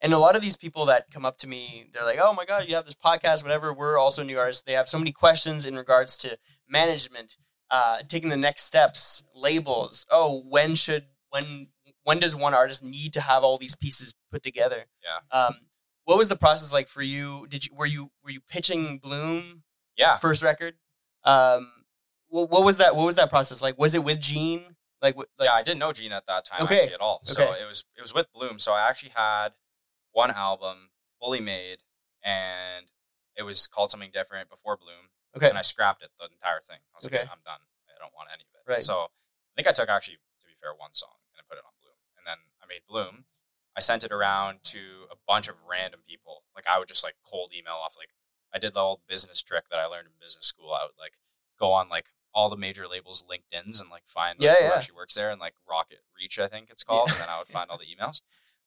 Speaker 2: And a lot of these people that come up to me, they're like, "Oh my god, you have this podcast, whatever. We're also new artists. They have so many questions in regards to management, uh, taking the next steps, labels. Oh, when should when when does one artist need to have all these pieces put together?
Speaker 1: Yeah.
Speaker 2: Um, what was the process like for you? Did you were you were you pitching Bloom
Speaker 1: Yeah,
Speaker 2: first record? Um, what, what was that? What was that process like? Was it with Gene? Like, what, like
Speaker 1: yeah, I didn't know Gene at that time
Speaker 2: Okay.
Speaker 1: actually at all. So
Speaker 2: Okay.
Speaker 1: it was it was with Bloom. So I actually had one album fully made, and it was called something different before Bloom.
Speaker 2: okay,
Speaker 1: And I scrapped it the entire thing. I was
Speaker 2: Okay.
Speaker 1: like, I'm done. I don't want any of it.
Speaker 2: Right.
Speaker 1: So I think I took actually, to be fair, one song and I put it on Bloom, and then I made Bloom. I sent it around to a bunch of random people. Like I would just like cold email off. Like I did the old business trick that I learned in business school. I would like go on like all the major labels LinkedIn's and like find like,
Speaker 2: Yeah,
Speaker 1: who
Speaker 2: yeah.
Speaker 1: actually works there and like Rocket Reach I think it's called and then I would find all the emails.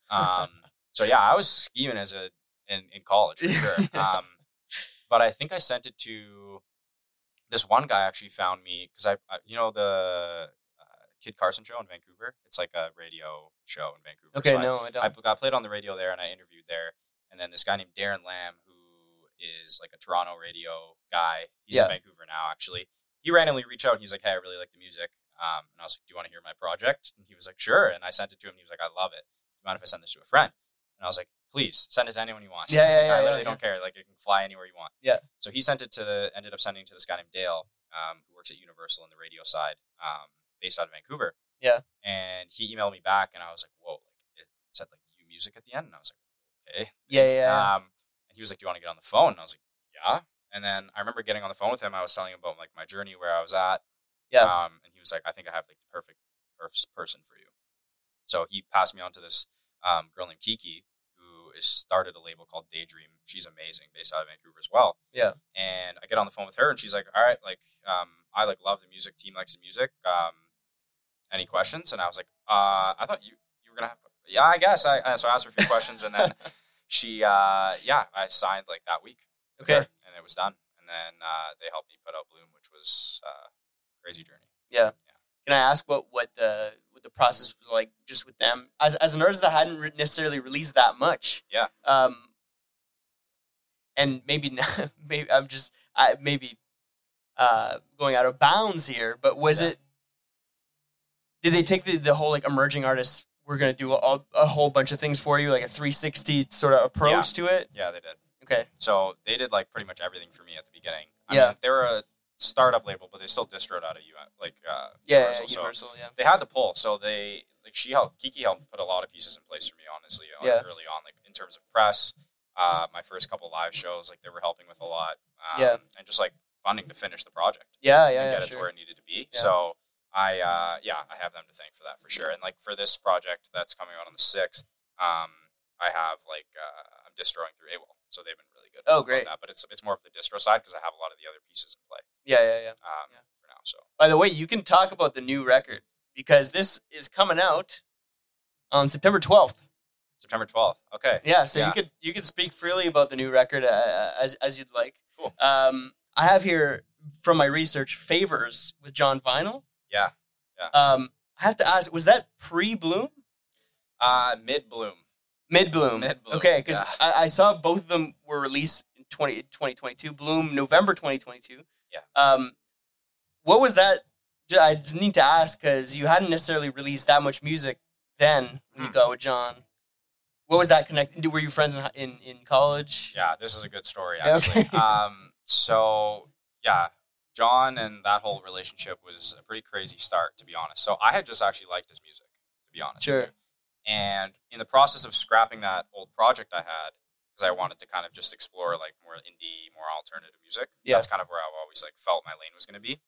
Speaker 1: Um, so yeah, I was scheming as a in, in college for sure. Um, but I think I sent it to this one guy actually found me because I, I you know the uh, Kid Carson show in Vancouver. It's like a radio show in Vancouver.
Speaker 2: okay.
Speaker 1: So I-
Speaker 2: No, I don't.
Speaker 1: I got played on the radio there, and I interviewed there. And then this guy named Darren Lamb, who is like a Toronto radio guy, he's
Speaker 2: Yeah.
Speaker 1: in Vancouver now. Actually, he randomly reached out. and He's like, "Hey, I really like the music," um, and I was like, "Do you want to hear my project?" And he was like, "Sure." And I sent it to him. He was like, "I love it. Do you mind if I send this to a friend?" And I was like, "Please send it to anyone you want.
Speaker 2: Yeah, yeah, yeah,
Speaker 1: I literally
Speaker 2: yeah,
Speaker 1: don't care. Like, it can fly anywhere you want."
Speaker 2: Yeah.
Speaker 1: So he sent it to the ended up sending it to this guy named Dale, um, who works at Universal in the radio side, um, based out of Vancouver.
Speaker 2: Yeah.
Speaker 1: And he emailed me back, and I was like, "Whoa!" Like it said like "you music" at the end, and I was like, "Okay."
Speaker 2: yeah, yeah, yeah.
Speaker 1: Um, and he was like, "Do you want to get on the phone?" And I was like, "Yeah." And then I remember getting on the phone with him. I was telling him about like my journey, where I was at.
Speaker 2: Yeah.
Speaker 1: Um, and he was like, "I think I have like the perfect perf- person for you." So he passed me on to this um, girl named Kiki, who is started a label called Daydream. She's amazing, based out of Vancouver as well.
Speaker 2: Yeah.
Speaker 1: And I get on the phone with her, and she's like, "All right, like, um, I like love the music. Team likes the music. Um, any questions?" And I was like, "Uh, I thought you you were gonna have, yeah, I guess." I uh, so I asked her a few questions, and then she, uh, yeah, I signed like that week. with
Speaker 2: okay.
Speaker 1: her, and it was done. And then uh, they helped me put out Bloom, which was uh, crazy journey.
Speaker 2: Can I ask what what the what the process was like just with them as as an artist that hadn't re- necessarily released that much?
Speaker 1: Yeah.
Speaker 2: Um. And maybe now, maybe I'm just I maybe uh going out of bounds here, but was
Speaker 1: Yeah.
Speaker 2: it? Did they take the, the whole like emerging artists? We're gonna do a, a whole bunch of things for you, like a 360 sort of approach to it.
Speaker 1: Yeah, they did.
Speaker 2: Okay.
Speaker 1: So they did like pretty much everything for me at the beginning. I
Speaker 2: Yeah.
Speaker 1: mean, they were a startup label, but they still distroed out of you like uh,
Speaker 2: Yeah.
Speaker 1: Universal.
Speaker 2: yeah,
Speaker 1: So
Speaker 2: Universal. Yeah.
Speaker 1: they had the pull. So they like she helped Kiki helped put a lot of pieces in place for me, honestly, on-
Speaker 2: Yeah.
Speaker 1: early on, like in terms of press. Uh, my first couple live shows, like they were helping with a lot, um,
Speaker 2: Yeah.
Speaker 1: and just like funding to finish the project
Speaker 2: Yeah.
Speaker 1: and
Speaker 2: Yeah. yeah
Speaker 1: get it to
Speaker 2: sure.
Speaker 1: where it needed to be.
Speaker 2: Yeah.
Speaker 1: So I uh, yeah, I have them to thank for that for sure. And like for this project that's coming out on the sixth, um, I have like uh, I'm distroing through AWOL, so they've been really good.
Speaker 2: Oh,
Speaker 1: on
Speaker 2: great.
Speaker 1: That. But it's it's more of the distro side because I have a lot of the other pieces in play
Speaker 2: Yeah. Yeah. Yeah.
Speaker 1: um,
Speaker 2: Yeah.
Speaker 1: for now. So
Speaker 2: By the way, you can talk about the new record because this is coming out on September 12th.
Speaker 1: September 12th. Okay.
Speaker 2: Yeah, so
Speaker 1: Yeah.
Speaker 2: you could you could speak freely about the new record uh, as as you'd like.
Speaker 1: Cool.
Speaker 2: Um, I have here from my research favors with John Vinyl.
Speaker 1: Yeah, yeah.
Speaker 2: Um, I have to ask, was that pre Bloom,
Speaker 1: Uh, Mid Bloom.
Speaker 2: mid Bloom?
Speaker 1: Mid-Bloom,
Speaker 2: Okay, because
Speaker 1: yeah.
Speaker 2: I, I saw both of them were released in 20, 2022. Bloom November twenty twenty two.
Speaker 1: Yeah.
Speaker 2: Um, what was that? j- I just need to ask because you hadn't necessarily released that much music then when you
Speaker 1: Hmm.
Speaker 2: got with John. What was that connect? Were you friends in hi- in, in college?
Speaker 1: Yeah, this is a good story
Speaker 2: Yeah,
Speaker 1: actually.
Speaker 2: okay.
Speaker 1: um, so yeah, John and that whole relationship was a pretty crazy start, to be honest. So I had just actually liked his music, to be honest.
Speaker 2: Sure.
Speaker 1: And in the process of scrapping that old project I had, because I wanted to kind of just explore like more indie, more alternative music.
Speaker 2: Yeah.
Speaker 1: That's kind of where I've always like felt my lane was going to be.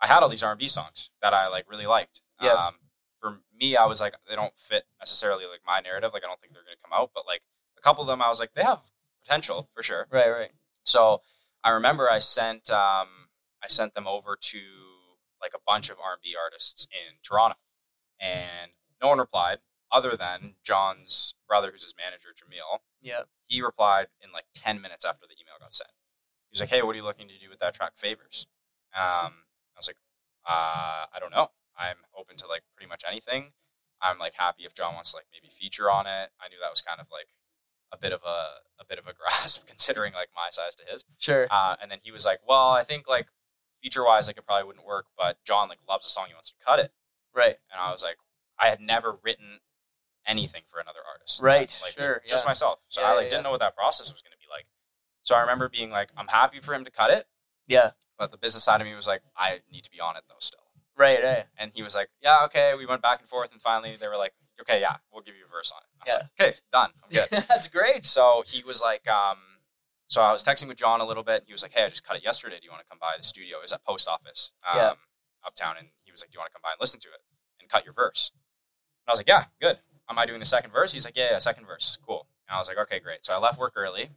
Speaker 1: I had all these R and B songs that I like really liked.
Speaker 2: Yeah.
Speaker 1: Um, for me, I was like, they don't fit necessarily like my narrative. Like, I don't think they're going to come out. But like a couple of them, I was like, they have potential for sure.
Speaker 2: Right, right.
Speaker 1: So I remember I sent um, I sent them over to like a bunch of R and B artists in Toronto, and no one replied other than John's brother, who's his manager, Jamil.
Speaker 2: Yeah.
Speaker 1: He replied in like ten minutes after the email got sent. He was like, "Hey, what are you looking to do with that track, Favors?" Um, I was like, uh, "I don't know. I'm open to like pretty much anything. I'm like happy if John wants to like maybe feature on it." I knew that was kind of like a bit of a a bit of a grasp considering like my size to his.
Speaker 2: Sure.
Speaker 1: Uh, and then he was like, "Well, I think like feature wise, like it probably wouldn't work, but John like loves the song, he wants to cut it."
Speaker 2: Right.
Speaker 1: And I was like, I had never written anything for another artist,
Speaker 2: Right,
Speaker 1: Like
Speaker 2: sure,
Speaker 1: just
Speaker 2: yeah.
Speaker 1: myself. So
Speaker 2: Yeah,
Speaker 1: I like
Speaker 2: yeah,
Speaker 1: didn't
Speaker 2: yeah.
Speaker 1: know what that process was going to be like. So I remember being like, "I'm happy for him to cut it,"
Speaker 2: Yeah.
Speaker 1: but the business side of me was like, "I need to be on it though still."
Speaker 2: Right, right.
Speaker 1: And he was like, "Yeah, okay." We went back and forth, and finally they were like, "Okay, yeah, we'll give you a verse on it." I was like, okay, done. I'm good.
Speaker 2: That's great.
Speaker 1: So he was like, um, so I was texting with John a little bit. And he was like, hey, I just cut it yesterday. Do you want to come by the studio? It was at post office um,
Speaker 2: Yeah.
Speaker 1: uptown. And he was like, do you want to come by and listen to it and cut your verse? And I was like, yeah, good. Am I doing the second verse? He's like, yeah, yeah, second verse. Cool. And I was like, okay, great. So I left work early,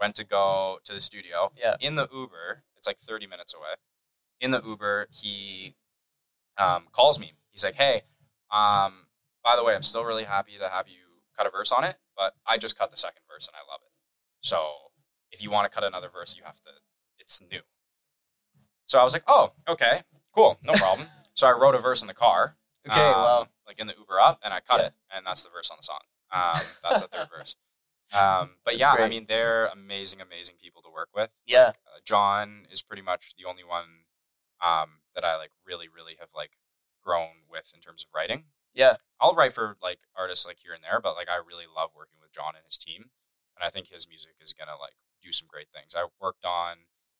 Speaker 1: went to go to the studio.
Speaker 2: Yeah.
Speaker 1: In the Uber, it's like 30 minutes away. In the Uber, he um, calls me. He's like, hey, um, by the way, I'm still really happy to have you cut a verse on it, but I just cut the second verse and I love it. So if you want to cut another verse, you have to, it's new. So I was like, oh, okay, cool, no problem. so I wrote a verse in the car.
Speaker 2: Okay,
Speaker 1: um,
Speaker 2: wow.
Speaker 1: Like in the Uber up, and I cut
Speaker 2: Yeah.
Speaker 1: it, and that's the verse on the song. Um, that's the third verse. Um, but
Speaker 2: That's
Speaker 1: yeah, I
Speaker 2: great.
Speaker 1: mean, they're amazing, amazing people to work with.
Speaker 2: Yeah.
Speaker 1: Uh, John is pretty much the only one um, that I like really, really have like grown with in terms of writing.
Speaker 2: Yeah.
Speaker 1: I'll write for like artists like here and there, but like I really love working with John and his team, and I think his music is gonna like do some great things. I worked on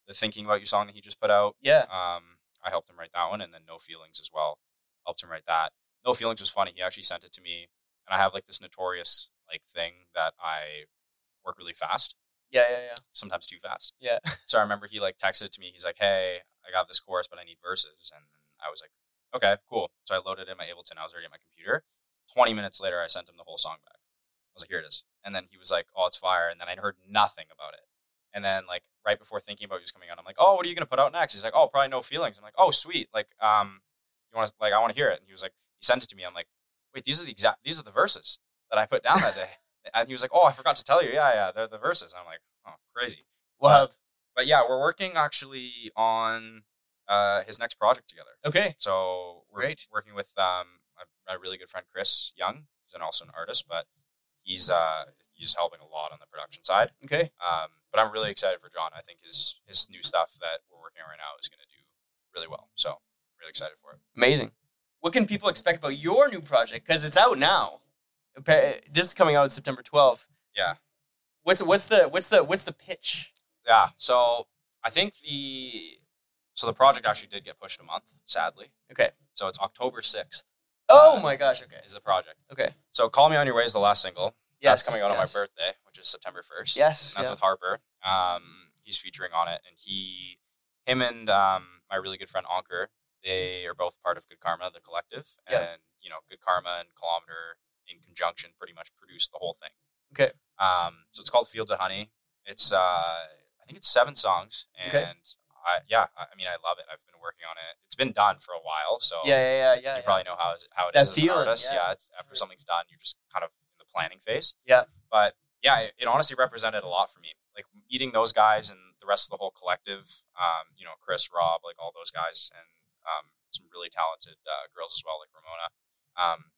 Speaker 1: the "Thinking About You" song that he just put out.
Speaker 2: Yeah.
Speaker 1: Um, I helped him write that one, and then "No Feelings" as well. Helped him write that. "No Feelings" was funny. He actually sent it to me, and I have like this notorious like thing that I work really fast,
Speaker 2: Yeah, yeah, yeah.
Speaker 1: sometimes too fast.
Speaker 2: Yeah.
Speaker 1: So I remember he like texted to me. He's like, "Hey, I got this course, but I need verses." And I was like, "Okay, cool." So I loaded in my Ableton. I was already at my computer. Twenty minutes later, I sent him the whole song back. I was like, "Here it is." And then he was like, "Oh, it's fire." And then I'd heard nothing about it. And then like right before thinking about it was coming out, I'm like, "Oh, what are you gonna put out next?" He's like, "Oh, probably no feelings." I'm like, "Oh, sweet." Like, um, you want to like I want to hear it. And he was like, he sent it to me. I'm like, "Wait, these are the exact these are the verses that I put down that day." and he was like, "Oh, I forgot to tell you. Yeah, yeah, they're the verses." And I'm like, "Oh, crazy."
Speaker 2: Wild.
Speaker 1: but yeah, we're working actually on uh, his next project together.
Speaker 2: Okay.
Speaker 1: So we're
Speaker 2: Great.
Speaker 1: working with um, a, a really good friend, Chris Young, who's an, also an artist, but he's uh, he's helping a lot on the production side.
Speaker 2: Okay.
Speaker 1: Um, but I'm really excited for John. I think his his new stuff that we're working on right now is going to do really well. So I'm really excited for it.
Speaker 2: Amazing. What can people expect about your new project? Because it's out now. Appa- This is coming out September 12th.
Speaker 1: Yeah.
Speaker 2: What's what's the what's the what's the pitch?
Speaker 1: Yeah. So I think the so the project actually did get pushed a month, sadly.
Speaker 2: Okay.
Speaker 1: So it's October sixth Uh,
Speaker 2: Oh my gosh. Okay.
Speaker 1: is the project.
Speaker 2: Okay.
Speaker 1: So "Call Me on Your Way" is the last single.
Speaker 2: Yes.
Speaker 1: that's coming out
Speaker 2: yes.
Speaker 1: on my birthday, which is September first.
Speaker 2: Yes.
Speaker 1: and that's
Speaker 2: yeah.
Speaker 1: with Harper. Um, he's featuring on it, and he, him, and um, my really good friend Anker, they are both part of Good Karma, the collective,
Speaker 2: Yeah.
Speaker 1: and you know, Good Karma and Kilometer in conjunction pretty much produced the whole thing.
Speaker 2: Okay.
Speaker 1: Um, so it's called Fields of Honey. It's uh, I think it's seven songs, and
Speaker 2: Okay.
Speaker 1: I, yeah, I I mean, I love it. I've been working on it. It's been done for a while, so
Speaker 2: Yeah, yeah, yeah, yeah.
Speaker 1: you
Speaker 2: yeah.
Speaker 1: probably know how is- how it
Speaker 2: That
Speaker 1: is as an
Speaker 2: feeling,
Speaker 1: artist.
Speaker 2: yeah.
Speaker 1: Yeah, it's, after something's done, you're just kind of in the planning phase.
Speaker 2: Yeah.
Speaker 1: but yeah, it, it honestly represented a lot for me. Like meeting those guys and the rest of the whole collective. Um, you know, Chris, Rob, like all those guys, and um, some really talented uh, girls as well, like Ramona. Um,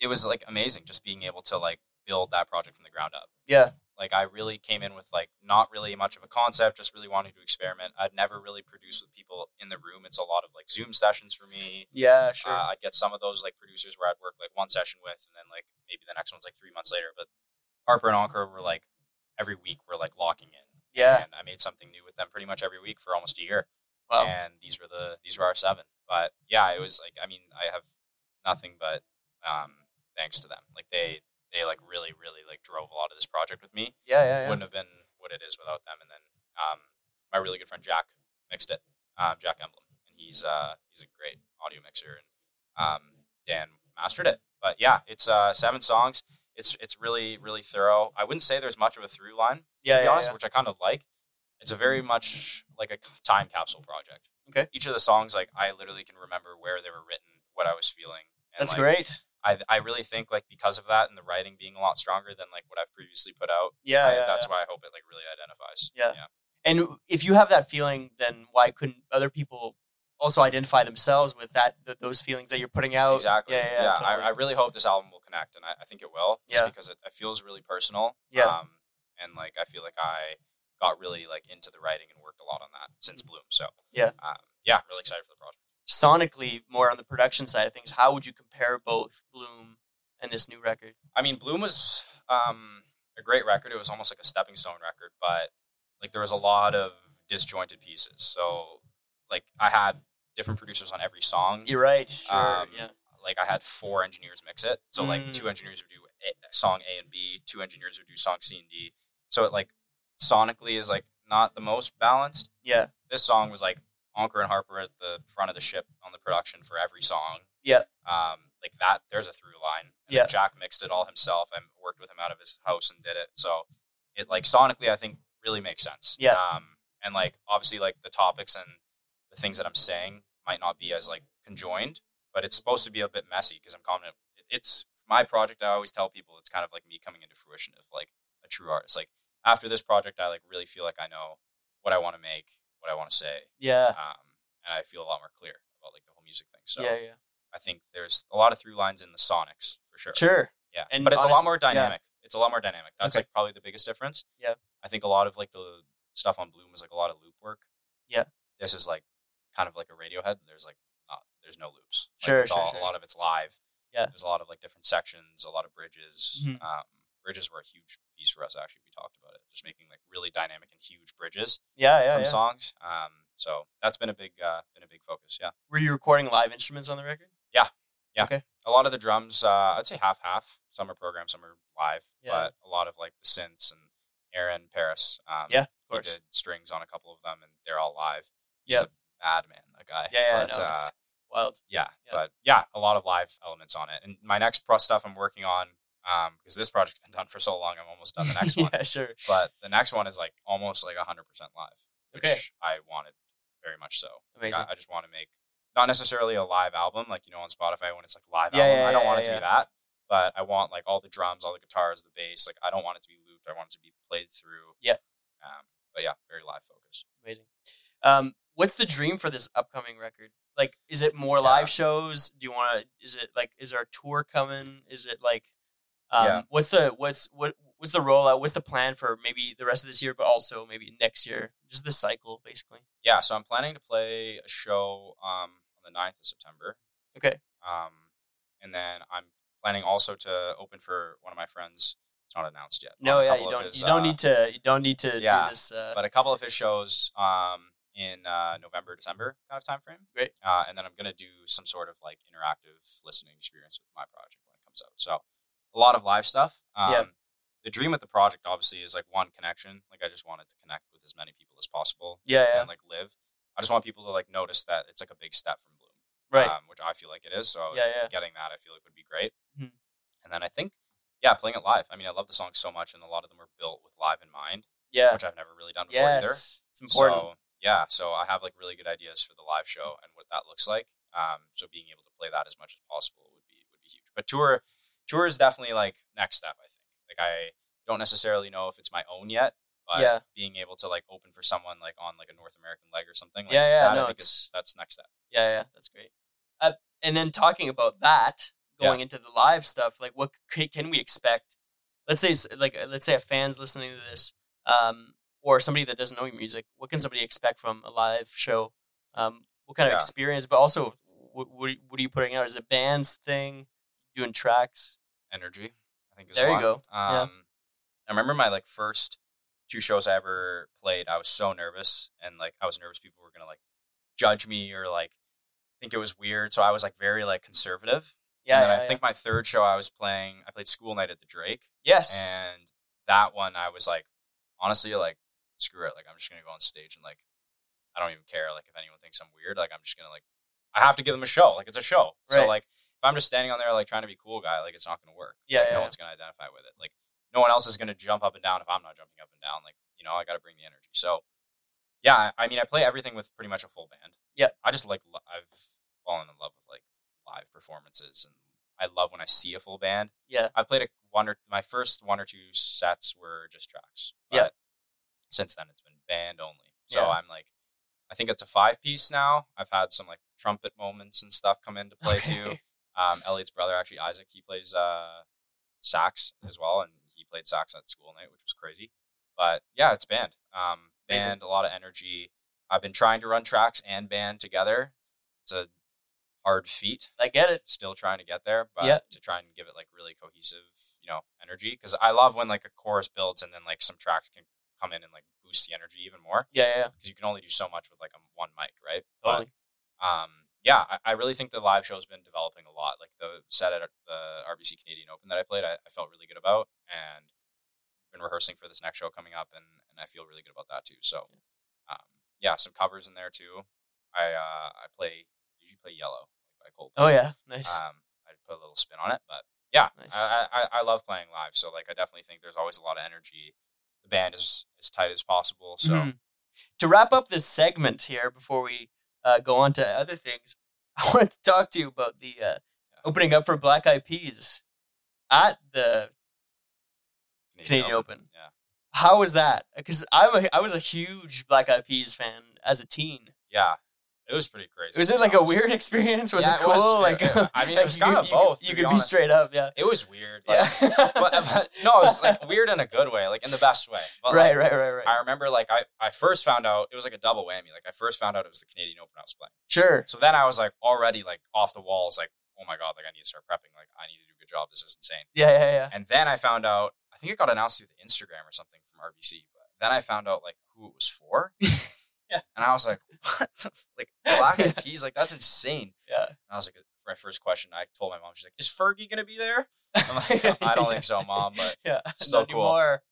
Speaker 1: it was like amazing just being able to like build that project from the ground up
Speaker 2: yeah.
Speaker 1: like I really came in with like not really much of a concept, just really wanting to experiment. I'd never really produced with people in the room. It's a lot of like Zoom sessions for me.
Speaker 2: Yeah, sure.
Speaker 1: Uh, I'd get some of those like producers where I'd work like one session with, and then like maybe the next one's like three months later. But Harper and Anker were like every week we're like locking in.
Speaker 2: yeah.
Speaker 1: and I made something new with them pretty much every week for almost a year.
Speaker 2: Wow.
Speaker 1: And these were the these were our seven. But yeah, it was like I mean I have nothing but um, thanks to them. Like they they like really really like drove a lot of this project with me
Speaker 2: yeah, yeah, yeah.
Speaker 1: wouldn't have been what it is without them. And then um, my really good friend Jack mixed it, um, Jack Emblem, and he's uh, he's a great audio mixer, and um, Dan mastered it. But yeah, it's uh, seven songs. It's it's really really thorough. I wouldn't say there's much of a through line, to
Speaker 2: Yeah,
Speaker 1: be
Speaker 2: yeah,
Speaker 1: honest,
Speaker 2: yeah.
Speaker 1: which I kind of like. It's a very much like a c- time capsule project.
Speaker 2: Okay.
Speaker 1: Each of the songs, like I literally can remember where they were written, what I was feeling. And,
Speaker 2: That's
Speaker 1: like,
Speaker 2: great.
Speaker 1: I, I really think like because of that and the writing being a lot stronger than like what I've previously put out,
Speaker 2: Yeah,
Speaker 1: I-
Speaker 2: yeah.
Speaker 1: that's
Speaker 2: yeah.
Speaker 1: why I hope it like really identifies.
Speaker 2: Yeah. And if you have that feeling, then why couldn't other people also identify themselves with that, th- those feelings that you're putting out?
Speaker 1: exactly.
Speaker 2: Oh, Yeah, yeah. totally.
Speaker 1: I, I really hope this album will connect, and I, I think it will. Just
Speaker 2: Yeah.
Speaker 1: because it, it feels really personal.
Speaker 2: Yeah.
Speaker 1: um, and like I feel like I got really like into the writing and worked a lot on that since Bloom. So
Speaker 2: Mm. Yeah.
Speaker 1: um, yeah, really excited for the project.
Speaker 2: Sonically, more on the production side of things, how would you compare both Bloom and this new record?
Speaker 1: I mean, Bloom was um, a great record. It was almost like a stepping stone record, but like there was a lot of disjointed pieces. So like I had different producers on every song.
Speaker 2: You're right. Sure.
Speaker 1: Um,
Speaker 2: yeah.
Speaker 1: like I had four engineers mix it. So like
Speaker 2: Mm.
Speaker 1: two engineers would do a, song A and B, two engineers would do song C and D. So it like sonically is like not the most balanced.
Speaker 2: Yeah.
Speaker 1: This song was like Anker and Harper at the front of the ship on the production for every song.
Speaker 2: Yeah.
Speaker 1: Um, like that. There's a through line. And
Speaker 2: Yeah.
Speaker 1: then Jack mixed it all himself. I worked with him out of his house and did it. So it like sonically, I think really makes sense.
Speaker 2: Yeah.
Speaker 1: Um, and like obviously, like the topics and the things that I'm saying might not be as like conjoined, but it's supposed to be a bit messy because I'm confident. it- It's my project. I always tell people it's kind of like me coming into fruition of like a true artist. Like after this project, I like really feel like I know what I want to make, what I want to say,
Speaker 2: Yeah.
Speaker 1: um, and I feel a lot more clear about like the whole music thing. So
Speaker 2: yeah. Yeah.
Speaker 1: I think there's a lot of through lines in the sonics for sure.
Speaker 2: Sure.
Speaker 1: Yeah,
Speaker 2: And
Speaker 1: but it's a lot
Speaker 2: honest-
Speaker 1: more
Speaker 2: yeah.
Speaker 1: dynamic. It's a lot more dynamic. That's
Speaker 2: Okay.
Speaker 1: like probably the biggest difference.
Speaker 2: Yeah.
Speaker 1: I think a lot of like the stuff on Bloom was like a lot of loop work.
Speaker 2: Yeah.
Speaker 1: this is like kind of like a Radiohead. There's like not, there's no loops. Like,
Speaker 2: Sure,
Speaker 1: it's
Speaker 2: sure,
Speaker 1: all,
Speaker 2: sure.
Speaker 1: A lot of it's live.
Speaker 2: Yeah.
Speaker 1: there's a lot of like different sections, a lot of bridges.
Speaker 2: Mhm.
Speaker 1: Um, bridges were a huge piece for us. Actually, we talked about it. Just making like really dynamic and huge bridges
Speaker 2: Yeah. Yeah.
Speaker 1: from
Speaker 2: yeah.
Speaker 1: songs. Um, so that's been a big uh, been a big focus. Yeah.
Speaker 2: Were you recording live instruments on the record?
Speaker 1: a lot of the drums, uh, I'd say half half. Some are programmed, some are live,
Speaker 2: Yeah.
Speaker 1: but a lot of like the synths and Aaron Paris. Um,
Speaker 2: Yeah, of
Speaker 1: he
Speaker 2: course.
Speaker 1: did strings on a couple of them, and they're all live.
Speaker 2: Yeah.
Speaker 1: he's a bad man, that guy.
Speaker 2: Yeah. yeah
Speaker 1: but,
Speaker 2: no,
Speaker 1: uh,
Speaker 2: it's wild.
Speaker 1: yeah,
Speaker 2: Yeah.
Speaker 1: but yeah, a lot of live elements on it. And my next pro stuff I'm working on, um, because this project's been done for so long, I'm almost done the next one.
Speaker 2: yeah. Sure.
Speaker 1: But the next one is like almost like 100% live, which
Speaker 2: Okay.
Speaker 1: I wanted very much so. Like,
Speaker 2: Amazing.
Speaker 1: I, I just want to make not necessarily a live album, like you know on Spotify when it's like live
Speaker 2: Yeah,
Speaker 1: album.
Speaker 2: yeah,
Speaker 1: I don't
Speaker 2: yeah,
Speaker 1: want it
Speaker 2: yeah,
Speaker 1: to be that, but I want like all the drums, all the guitars, the bass. Like I don't want it to be looped. I want it to be played through.
Speaker 2: Yeah.
Speaker 1: Um, but yeah, very live focused.
Speaker 2: Amazing. Um, what's the dream for this upcoming record? Like, is it more
Speaker 1: Yeah.
Speaker 2: live shows? Do you want to? Is it like? Is there a tour coming? Is it like? Um,
Speaker 1: Yeah.
Speaker 2: What's the what's what what's the rollout? What's the plan for maybe the rest of this year, but also maybe next year? Just the cycle, basically.
Speaker 1: Yeah, so I'm planning to play a show um, on the 9th of September.
Speaker 2: Okay.
Speaker 1: Um, and then I'm planning also to open for one of my friends. It's not announced yet.
Speaker 2: No,
Speaker 1: on a
Speaker 2: yeah,
Speaker 1: couple
Speaker 2: you
Speaker 1: of
Speaker 2: don't
Speaker 1: his,
Speaker 2: you don't
Speaker 1: uh,
Speaker 2: need to you don't need to
Speaker 1: yeah,
Speaker 2: do this. Uh,
Speaker 1: but a couple of his shows um, in uh, November, December kind of time frame.
Speaker 2: Great.
Speaker 1: Uh, and then I'm gonna do some sort of like interactive listening experience with my project when it comes out. So a lot of live stuff. Um,
Speaker 2: Yeah.
Speaker 1: The dream with the project obviously is like one connection. Like I just wanted to connect with as many people as possible
Speaker 2: yeah, yeah,
Speaker 1: and like live. I just want people to like notice that it's like a big step from Bloom,
Speaker 2: right.
Speaker 1: um, which I feel like it is. So
Speaker 2: yeah, yeah,
Speaker 1: getting that I feel like would be great.
Speaker 2: Mhm.
Speaker 1: And then I think, yeah, playing it live. I mean, I love the songs so much, and a lot of them were built with live in mind,
Speaker 2: yeah.
Speaker 1: which I've never really done before either.
Speaker 2: Yes, it's important.
Speaker 1: So, yeah, so I have like really good ideas for the live show and what that looks like. Um, so being able to play that as much as possible would be would be huge. But tour tour is definitely like next step. I think. Like I don't necessarily know if it's my own yet, but
Speaker 2: Yeah.
Speaker 1: being able to like open for someone like on like a North American leg or something. Like
Speaker 2: Yeah, yeah,
Speaker 1: that,
Speaker 2: no,
Speaker 1: I think
Speaker 2: it's-
Speaker 1: is, that's next step.
Speaker 2: Yeah, yeah, that's great. Uh, and then talking about that, going into the live stuff, like what c- can we expect? Let's say, s- like, uh, let's say a fan's listening to this, um, or somebody that doesn't know your music. What can somebody expect from a live show? Um, what kind of
Speaker 1: Yeah.
Speaker 2: experience? But also, what, what are you- what are you putting out? Is it bands thing? Doing tracks?
Speaker 1: energy. I think is
Speaker 2: There you
Speaker 1: one.
Speaker 2: go.
Speaker 1: Um,
Speaker 2: Yeah.
Speaker 1: I remember my like first two shows I ever played. I was so nervous, and like I was nervous people were gonna like judge me or like think it was weird. So I was like very like conservative.
Speaker 2: Yeah,
Speaker 1: And then
Speaker 2: yeah,
Speaker 1: I
Speaker 2: yeah.
Speaker 1: think my third show I was playing. I played School Night at the Drake,
Speaker 2: yes.
Speaker 1: and that one I was like, honestly, like screw it. Like I'm just gonna go on stage and like I don't even care. Like if anyone thinks I'm weird, like I'm just gonna like I have to give them a show. Like it's a show.
Speaker 2: Right.
Speaker 1: So like if I'm just standing on there like trying to be cool guy, like it's not gonna work.
Speaker 2: Yeah,
Speaker 1: Like,
Speaker 2: yeah,
Speaker 1: no
Speaker 2: yeah.
Speaker 1: one's gonna identify with it. Like no one else is gonna jump up and down if I'm not jumping up and down. Like you know, I gotta bring the energy. So yeah, I I mean, I play everything with pretty much a full band.
Speaker 2: Yeah.
Speaker 1: I just like lo- I've fallen in love with like live performances, and I love when I see a full band.
Speaker 2: Yeah.
Speaker 1: I've played a one or my first one or two sets were just tracks.
Speaker 2: Yeah.
Speaker 1: But Since then, it's been band only. So
Speaker 2: Yeah.
Speaker 1: I'm like, I think it's a five piece now. I've had some like trumpet moments and stuff come into play too. Um, Elliot's brother, actually Isaac, he plays uh, sax as well, and he played sax at school night, which was crazy. But yeah, it's band. Um,
Speaker 2: Amazing.
Speaker 1: band, a lot of energy. I've been trying to run tracks and band together. It's a hard feat
Speaker 2: I get it.
Speaker 1: still trying to get there, but
Speaker 2: Yeah.
Speaker 1: to try and give it like really cohesive, you know, energy. Because I love when like a chorus builds and then like some tracks can come in and like boost the energy even more.
Speaker 2: Yeah, yeah, yeah.
Speaker 1: Because you can only do so much with like a one mic, right?
Speaker 2: totally.
Speaker 1: But, um, yeah, I, I really think the live show has been developing a lot. Like the set at the RBC Canadian Open that I played, I, I felt really good about, and been rehearsing for this next show coming up, and and I feel really good about that too. So, um, yeah, some covers in there too. I uh, I play usually play Yellow by Coldplay.
Speaker 2: Oh yeah, nice.
Speaker 1: Um, I'd put a little spin on it, but yeah,
Speaker 2: Nice.
Speaker 1: I, I, I love playing live. So like, I definitely think there's always a lot of energy. The band is as tight as possible. So
Speaker 2: Mhm. to wrap up this segment here before we uh, go on to other things, I wanted to talk to you about the uh, opening up for Black Eyed Peas at the Canadian Open.
Speaker 1: Yeah,
Speaker 2: How was that? Because I'm a, I was a huge Black Eyed Peas fan as a teen.
Speaker 1: yeah, it was pretty crazy.
Speaker 2: Was
Speaker 1: to
Speaker 2: it
Speaker 1: be
Speaker 2: like a
Speaker 1: honest.
Speaker 2: weird experience? Was
Speaker 1: Yeah,
Speaker 2: it
Speaker 1: it
Speaker 2: cool?
Speaker 1: was-
Speaker 2: like
Speaker 1: yeah, I mean, it
Speaker 2: like
Speaker 1: was
Speaker 2: you
Speaker 1: kinda
Speaker 2: could- you
Speaker 1: both,
Speaker 2: could- You,
Speaker 1: to be
Speaker 2: could be
Speaker 1: honest.
Speaker 2: straight up, yeah.
Speaker 1: It was weird, but,
Speaker 2: Yeah.
Speaker 1: but, uh, but- no, it was like weird in a good way, like in the best way. But,
Speaker 2: right,
Speaker 1: like,
Speaker 2: right, right, right.
Speaker 1: I remember like I, I first found out it was like a double whammy. Like I first found out it was the Canadian Open I was playing.
Speaker 2: sure.
Speaker 1: So then I was like already like off the walls, like oh my god, like I need to start prepping. Like I need to do a good job. This is insane.
Speaker 2: Yeah, yeah, yeah.
Speaker 1: And then I found out, I think it got announced through the Instagram or something from RBC, but then I found out like who it was for.
Speaker 2: Yeah.
Speaker 1: And I was like, what? The, f- like Black Eyed Peas, like that's insane.
Speaker 2: Yeah.
Speaker 1: And I was like, for my first question, I told my mom, she's like, is Fergie going to be there? I'm like, I don't think so, mom, but
Speaker 2: yeah,
Speaker 1: still
Speaker 2: not
Speaker 1: cool.
Speaker 2: anymore.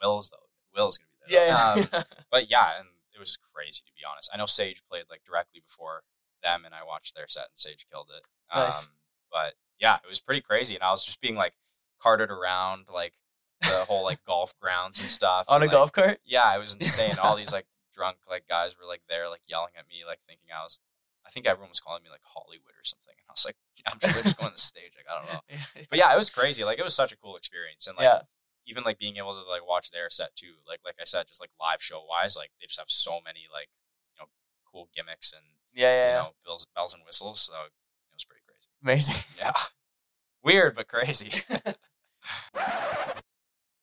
Speaker 1: Will's though. Will's going to be there.
Speaker 2: Yeah, yeah.
Speaker 1: Um, but yeah, and it was crazy to be honest. I know Sage played like directly before them, and I watched their set, and Sage killed it. Um,
Speaker 2: Nice.
Speaker 1: but yeah, it was pretty crazy, and I was just being like carted around like the whole like golf grounds and stuff
Speaker 2: on
Speaker 1: and,
Speaker 2: a
Speaker 1: like,
Speaker 2: golf cart.
Speaker 1: Yeah, it was insane. All these like drunk like guys were like there like yelling at me like thinking I was. I think everyone was calling me like Hollywood or something, and I was like, I'm just, just going on the stage. Like I don't know. But yeah, it was crazy. Like it was such a cool experience, and like
Speaker 2: yeah,
Speaker 1: even like being able to like watch their set too. Like like I said, just like live show wise, like they just have so many like you know cool gimmicks and
Speaker 2: yeah, yeah.
Speaker 1: you
Speaker 2: yeah.
Speaker 1: know bells bells and whistles. So it was pretty crazy.
Speaker 2: Amazing.
Speaker 1: Yeah, weird but crazy.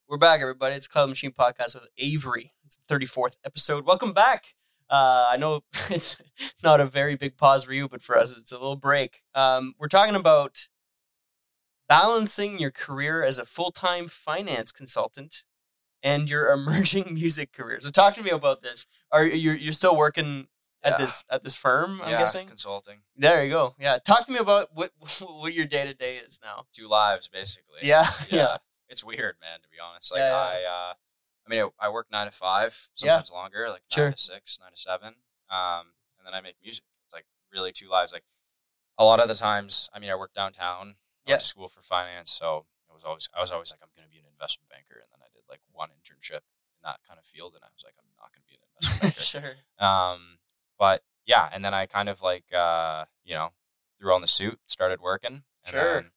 Speaker 2: We're back, everybody. It's Cloud Machine Podcast with Avery. It's the 34th episode. Welcome back. Uh, I know it's not a very big pause for you, but for us, it's a little break. Um, we're talking about balancing your career as a full time finance consultant and your emerging music career. So, talk to me about this. Are you you're still working
Speaker 1: Yeah.
Speaker 2: at this at this firm? I'm
Speaker 1: yeah,
Speaker 2: guessing.
Speaker 1: consulting
Speaker 2: There you go. Yeah, talk to me about what what your day to day is now.
Speaker 1: two lives basically.
Speaker 2: Yeah,
Speaker 1: yeah,
Speaker 2: yeah,
Speaker 1: It's weird, man. To be honest, like
Speaker 2: Yeah,
Speaker 1: I, uh, I mean, I, I work nine to five,
Speaker 2: Yeah.
Speaker 1: sometimes longer, like
Speaker 2: Sure.
Speaker 1: nine to six, nine to seven, um, and then I make music. It's like really two lives. Like a lot of the times, I mean, I work downtown. I
Speaker 2: Yeah.
Speaker 1: went to school for finance, so it was always I was always like I'm going to be an investment banker, and then I did like one internship in that kind of field, and I was like, I'm not going to be an investment banker.
Speaker 2: sure.
Speaker 1: Um, but yeah, and then I kind of like uh, you know threw on the suit, started working, and
Speaker 2: Sure.
Speaker 1: then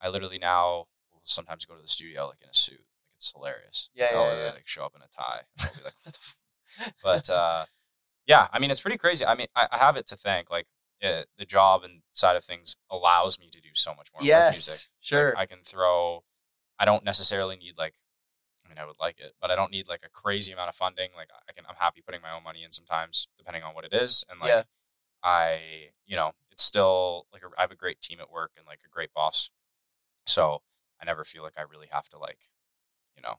Speaker 1: I literally now will sometimes go to the studio like in a suit. Like it's hilarious.
Speaker 2: Yeah,
Speaker 1: Like,
Speaker 2: yeah,
Speaker 1: I'll,
Speaker 2: yeah.
Speaker 1: Like show up in a tie. And I'll be like, what the f-? But uh, yeah, I mean, it's pretty crazy. I mean, I, I have it to thank. Like it, the job and side of things allows me to do so much more with music.
Speaker 2: Yes. Sure.
Speaker 1: I can throw. I don't necessarily need like. I mean, I would like it, but I don't need like a crazy amount of funding. Like I can, I'm happy putting my own money in sometimes, depending on what it is, and like
Speaker 2: Yeah.
Speaker 1: I, you know, it's still like a, I have a great team at work and like a great boss, so I never feel like I really have to like, you know,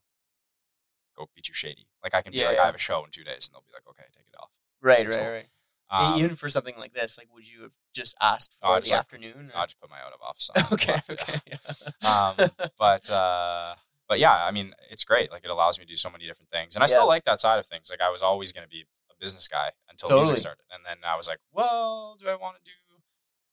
Speaker 1: go be too shady. Like I can be
Speaker 2: Yeah,
Speaker 1: like,
Speaker 2: yeah.
Speaker 1: I have a show in two days, and they'll be like, okay, take it off.
Speaker 2: right.
Speaker 1: it's
Speaker 2: Right.
Speaker 1: cool.
Speaker 2: Right.
Speaker 1: Um,
Speaker 2: Even for something like this, like, would you have just asked
Speaker 1: Oh, I
Speaker 2: for the
Speaker 1: just like-
Speaker 2: afternoon? or-
Speaker 1: I'll just put my out of office on. and
Speaker 2: okay.
Speaker 1: left, yeah.
Speaker 2: Okay.
Speaker 1: um,
Speaker 2: yeah.
Speaker 1: but uh, but yeah, I mean, it's great. Like it allows me to do so many different things, and I
Speaker 2: Yeah.
Speaker 1: still like that side of things. Like I was always going to be a business guy until
Speaker 2: Totally.
Speaker 1: music started, and then I was like, well, do I want to do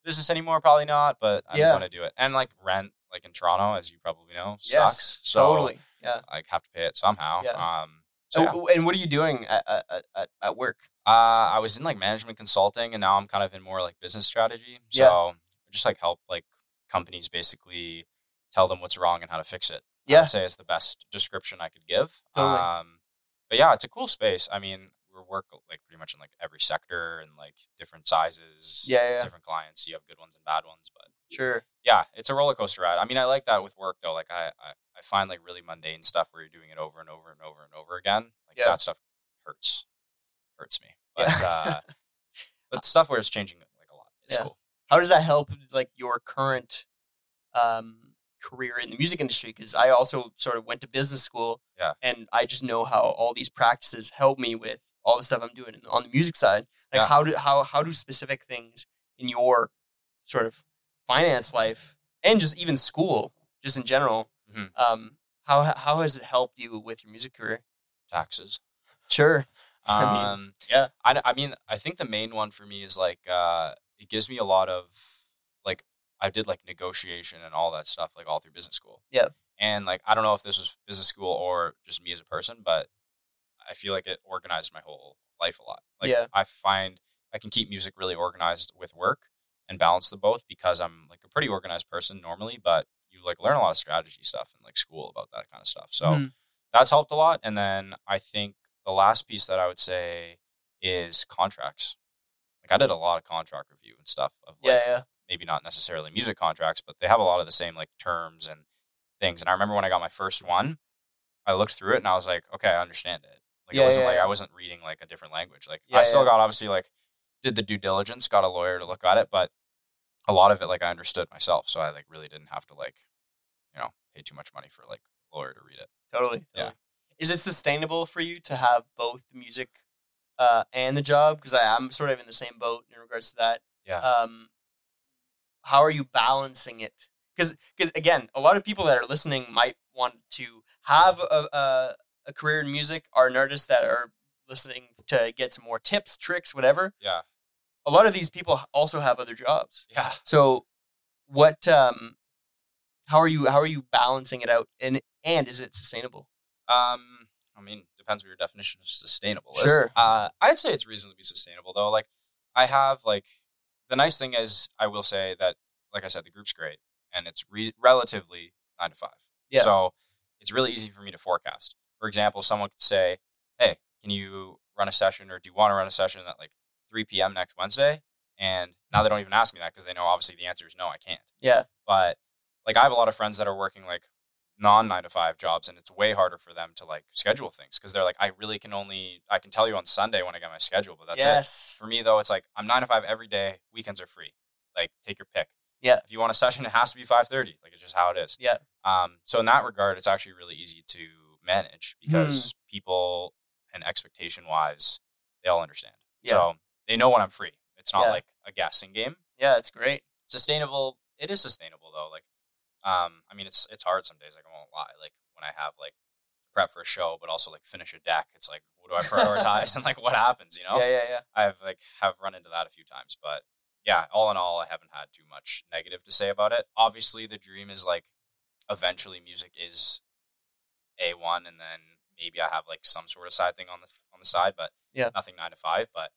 Speaker 1: business anymore? Probably not, but I'm
Speaker 2: Yeah.
Speaker 1: going to do it. And like rent, like in Toronto, as you probably know,
Speaker 2: yes.
Speaker 1: sucks. So
Speaker 2: Totally. Yeah.
Speaker 1: I have to pay it somehow.
Speaker 2: Yeah.
Speaker 1: Um, so yeah.
Speaker 2: And- And what are you doing at, at, at, at work?
Speaker 1: Uh, I was in like management consulting, and now I'm kind of in more like business strategy. So
Speaker 2: Yeah.
Speaker 1: I just like help like companies basically tell them what's wrong and how to fix it. I
Speaker 2: Yeah.
Speaker 1: would say is the best description I could give.
Speaker 2: Totally.
Speaker 1: Um, but yeah, it's a cool space. I mean, we work like pretty much in like every sector and like different sizes,
Speaker 2: Yeah. yeah, Yeah.
Speaker 1: different clients. You have good ones and bad ones, but
Speaker 2: Sure.
Speaker 1: yeah, it's a roller coaster ride. I mean, I like that with work though. Like I, I, I find like really mundane stuff where you're doing it over and over and over and over again. Like
Speaker 2: Yeah.
Speaker 1: that stuff hurts, hurts me. But
Speaker 2: Yeah.
Speaker 1: uh, but stuff where it's changing like a lot is
Speaker 2: Yeah.
Speaker 1: cool.
Speaker 2: how does that help like your current um, career in the music industry because i also sort of went to business school
Speaker 1: Yeah.
Speaker 2: and i just know how all these practices help me with all the stuff i'm doing on the music side like
Speaker 1: Yeah.
Speaker 2: how do how, how do specific things in your sort of finance life and just even school just in general
Speaker 1: Mhm.
Speaker 2: um, how how has it helped you with your music career
Speaker 1: Taxes.
Speaker 2: sure I mean,
Speaker 1: Um,
Speaker 2: yeah.
Speaker 1: I, I mean, I think the main one for me is like uh, it gives me a lot of like I did like negotiation and all that stuff like all through business school.
Speaker 2: Yeah.
Speaker 1: And like I don't know if this was business school or just me as a person, but I feel like it organized my whole life a lot. Like
Speaker 2: Yeah.
Speaker 1: I find I can keep music really organized with work and balance them both because I'm like a pretty organized person normally, but you like learn a lot of strategy stuff in like school about that kind of stuff. So
Speaker 2: Mhm.
Speaker 1: that's helped a lot. And then I think the last piece that I would say is contracts. Like I did a lot of contract review and stuff of like
Speaker 2: yeah yeah
Speaker 1: maybe not necessarily music contracts, but they have a lot of the same like terms and things. And I remember when I got my first one, I looked through it and I was like, okay, I understand it. Like
Speaker 2: Yeah,
Speaker 1: it wasn't
Speaker 2: yeah,
Speaker 1: like
Speaker 2: yeah.
Speaker 1: I wasn't reading like a different language. Like
Speaker 2: Yeah,
Speaker 1: I still
Speaker 2: yeah.
Speaker 1: got obviously like did the due diligence, got a lawyer to look at it, but a lot of it like I understood myself, so I like really didn't have to like you know pay too much money for like a lawyer to read it.
Speaker 2: Totally.
Speaker 1: Yeah.
Speaker 2: totally. Is it sustainable for you to have both the music uh, and the job? Because I'm sort of in the same boat in regards to that.
Speaker 1: Yeah.
Speaker 2: Um, how are you balancing it? Because again, a lot of people that are listening might want to have a, a, a career in music, are an artist that are listening to get some more tips, tricks, whatever.
Speaker 1: Yeah.
Speaker 2: A lot of these people also have other jobs.
Speaker 1: Yeah.
Speaker 2: So, what? Um, how are you? How are you balancing it out? And and is it sustainable?
Speaker 1: Um, I mean, depends what your definition of sustainable is.
Speaker 2: Sure.
Speaker 1: Uh, I'd say it's reasonably sustainable though. Like, I have like the nice thing is I will say that, like I said, the group's great and it's re- relatively nine to five.
Speaker 2: Yeah.
Speaker 1: So it's really easy for me to forecast. For example, someone could say, "Hey, can you run a session or do you want to run a session at like 3 p.m. next Wednesday?" And now they don't even ask me that because they know obviously the answer is no, I can't.
Speaker 2: Yeah.
Speaker 1: But like I have a lot of friends that are working like non nine to five jobs and it's way harder for them to like schedule things because they're like i really can only i can tell you on sunday when i get my schedule but that's it
Speaker 2: yes.
Speaker 1: for me though it's like i'm nine to five every day weekends are free like take your pick
Speaker 2: Yeah.
Speaker 1: if you want a session it has to be 5.30 like it's just how it is
Speaker 2: Yeah.
Speaker 1: um so in that regard it's actually really easy to manage
Speaker 2: Hmm.
Speaker 1: because people and expectation wise they all understand
Speaker 2: Yeah.
Speaker 1: so they know when i'm free it's not
Speaker 2: Yeah.
Speaker 1: like a guessing game
Speaker 2: Yeah, it's great.
Speaker 1: sustainable it is sustainable though like um i mean it's it's hard some days like i won't lie like when i have like prep for a show but also like finish a deck it's like what do i prioritize and like what happens you know
Speaker 2: Yeah, yeah, yeah.
Speaker 1: i've like have run into that a few times but yeah all in all i haven't had too much negative to say about it obviously the dream is like eventually music is a1 and then maybe I have like some sort of side thing on the on the side, but
Speaker 2: Yeah.
Speaker 1: nothing nine to five. But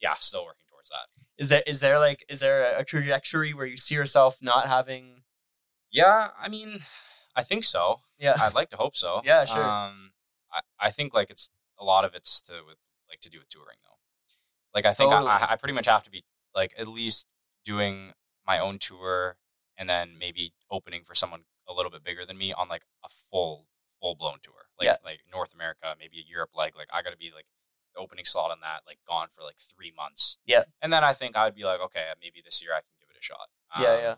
Speaker 1: yeah, still working towards that.
Speaker 2: Is there is there like is there a- a trajectory where you see yourself not having?
Speaker 1: Yeah, I mean, I think so.
Speaker 2: Yeah,
Speaker 1: I'd like to hope so.
Speaker 2: Yeah, sure.
Speaker 1: Um, I, I think like it's a lot of it's to with like to do with touring though. Like I think
Speaker 2: Totally.
Speaker 1: I, I, I pretty much have to be like at least doing my own tour and then maybe opening for someone a little bit bigger than me on like a full full blown tour. Like
Speaker 2: Yeah.
Speaker 1: like North America, maybe Europe. Like like I got to be like the opening slot on that like gone for like three months.
Speaker 2: Yeah.
Speaker 1: and then I think I'd be like okay uh, maybe this year I can give it a shot. Um,
Speaker 2: Yeah, yeah.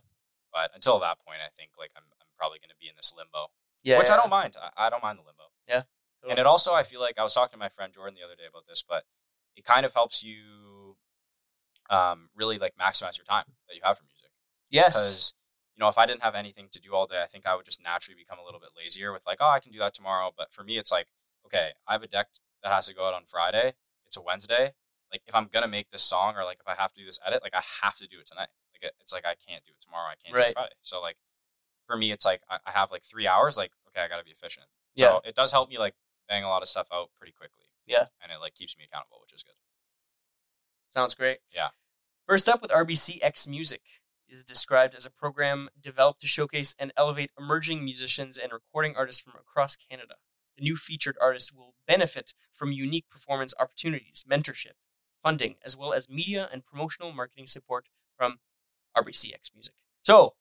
Speaker 1: But until that point, I think like I'm I'm probably going to be in this limbo
Speaker 2: yeah,
Speaker 1: which
Speaker 2: yeah.
Speaker 1: I don't mind. I, I don't mind the limbo.
Speaker 2: Yeah,
Speaker 1: And it also, I feel like I was talking to my friend Jordan the other day about this, but it kind of helps you um, really like maximize your time that you have for music.
Speaker 2: Yes,
Speaker 1: Because, you know, if I didn't have anything to do all day, I think I would just naturally become a little bit lazier with like, oh, I can do that tomorrow. But for me, it's like, okay, I have a deck that has to go out on Friday. It's a Wednesday. Like, if I'm going to make this song or like if I have to do this edit, like I have to do it tonight. Like, it- it's like I can't do it tomorrow. I can't do
Speaker 2: Right.
Speaker 1: it Friday. So, like, for me, it's like I I have like three hours. Like, okay, I got to be efficient.
Speaker 2: Yeah.
Speaker 1: So it does help me like bang a lot of stuff out pretty quickly.
Speaker 2: Yeah.
Speaker 1: And it like keeps me accountable, which is good.
Speaker 2: sounds great.
Speaker 1: Yeah.
Speaker 2: First up with RBCX Music is described as a program developed to showcase and elevate emerging musicians and recording artists from across Canada. The new featured artists will benefit from unique performance opportunities, mentorship, funding, as well as media and promotional marketing support from RBCX Music. So,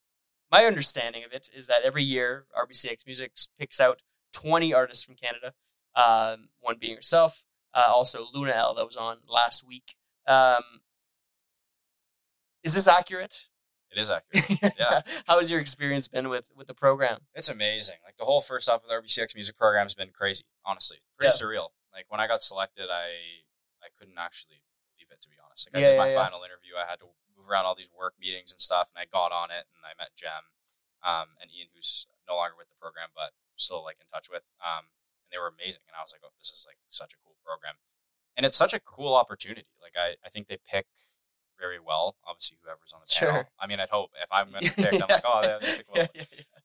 Speaker 2: my understanding of it is that every year RBCX Music picks out 20 artists from Canada, um, one being herself, uh, also Luna L that was on last week. Um, is this accurate?
Speaker 1: It is accurate. Yeah.
Speaker 2: How has your experience been with with the program?
Speaker 1: It's amazing. Like the whole first off of the RBCX music program has been crazy, honestly. Pretty
Speaker 2: Yeah.
Speaker 1: surreal. Like when I got selected, I I couldn't actually believe it to be honest. Like I
Speaker 2: Yeah,
Speaker 1: did my
Speaker 2: yeah, yeah.
Speaker 1: final interview, I had to move around all these work meetings and stuff, and I got on it and I met Jem um, and Ian, who's no longer with the program but still like in touch with. Um, and they were amazing, and I was like, oh, this is like such a cool program, and it's such a cool opportunity. Like I I think they pick very well, obviously whoever's on the panel.
Speaker 2: Sure.
Speaker 1: I mean, I'd hope if I'm going to be picked, I'm like, oh, they, they pick well.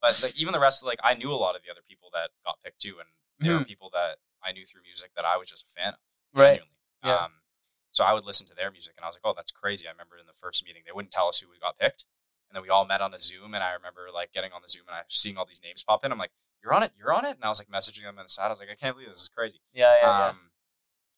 Speaker 1: But like even the rest of like I knew a lot of the other people that got picked too, and there were people that I knew through music that I was just a fan of.
Speaker 2: Hmm. Right.
Speaker 1: genuinely.
Speaker 2: Yeah.
Speaker 1: Um, so I would listen to their music, and I was like, "Oh, that's crazy!" I remember in the first meeting they wouldn't tell us who we got picked, and then we all met on a Zoom, and I remember like getting on the Zoom and I seeing all these names pop in. I'm like, "You're on it, you're on it," and I was like messaging them on the side. I was like, "I can't believe this is crazy."
Speaker 2: Yeah, yeah, yeah.
Speaker 1: Um,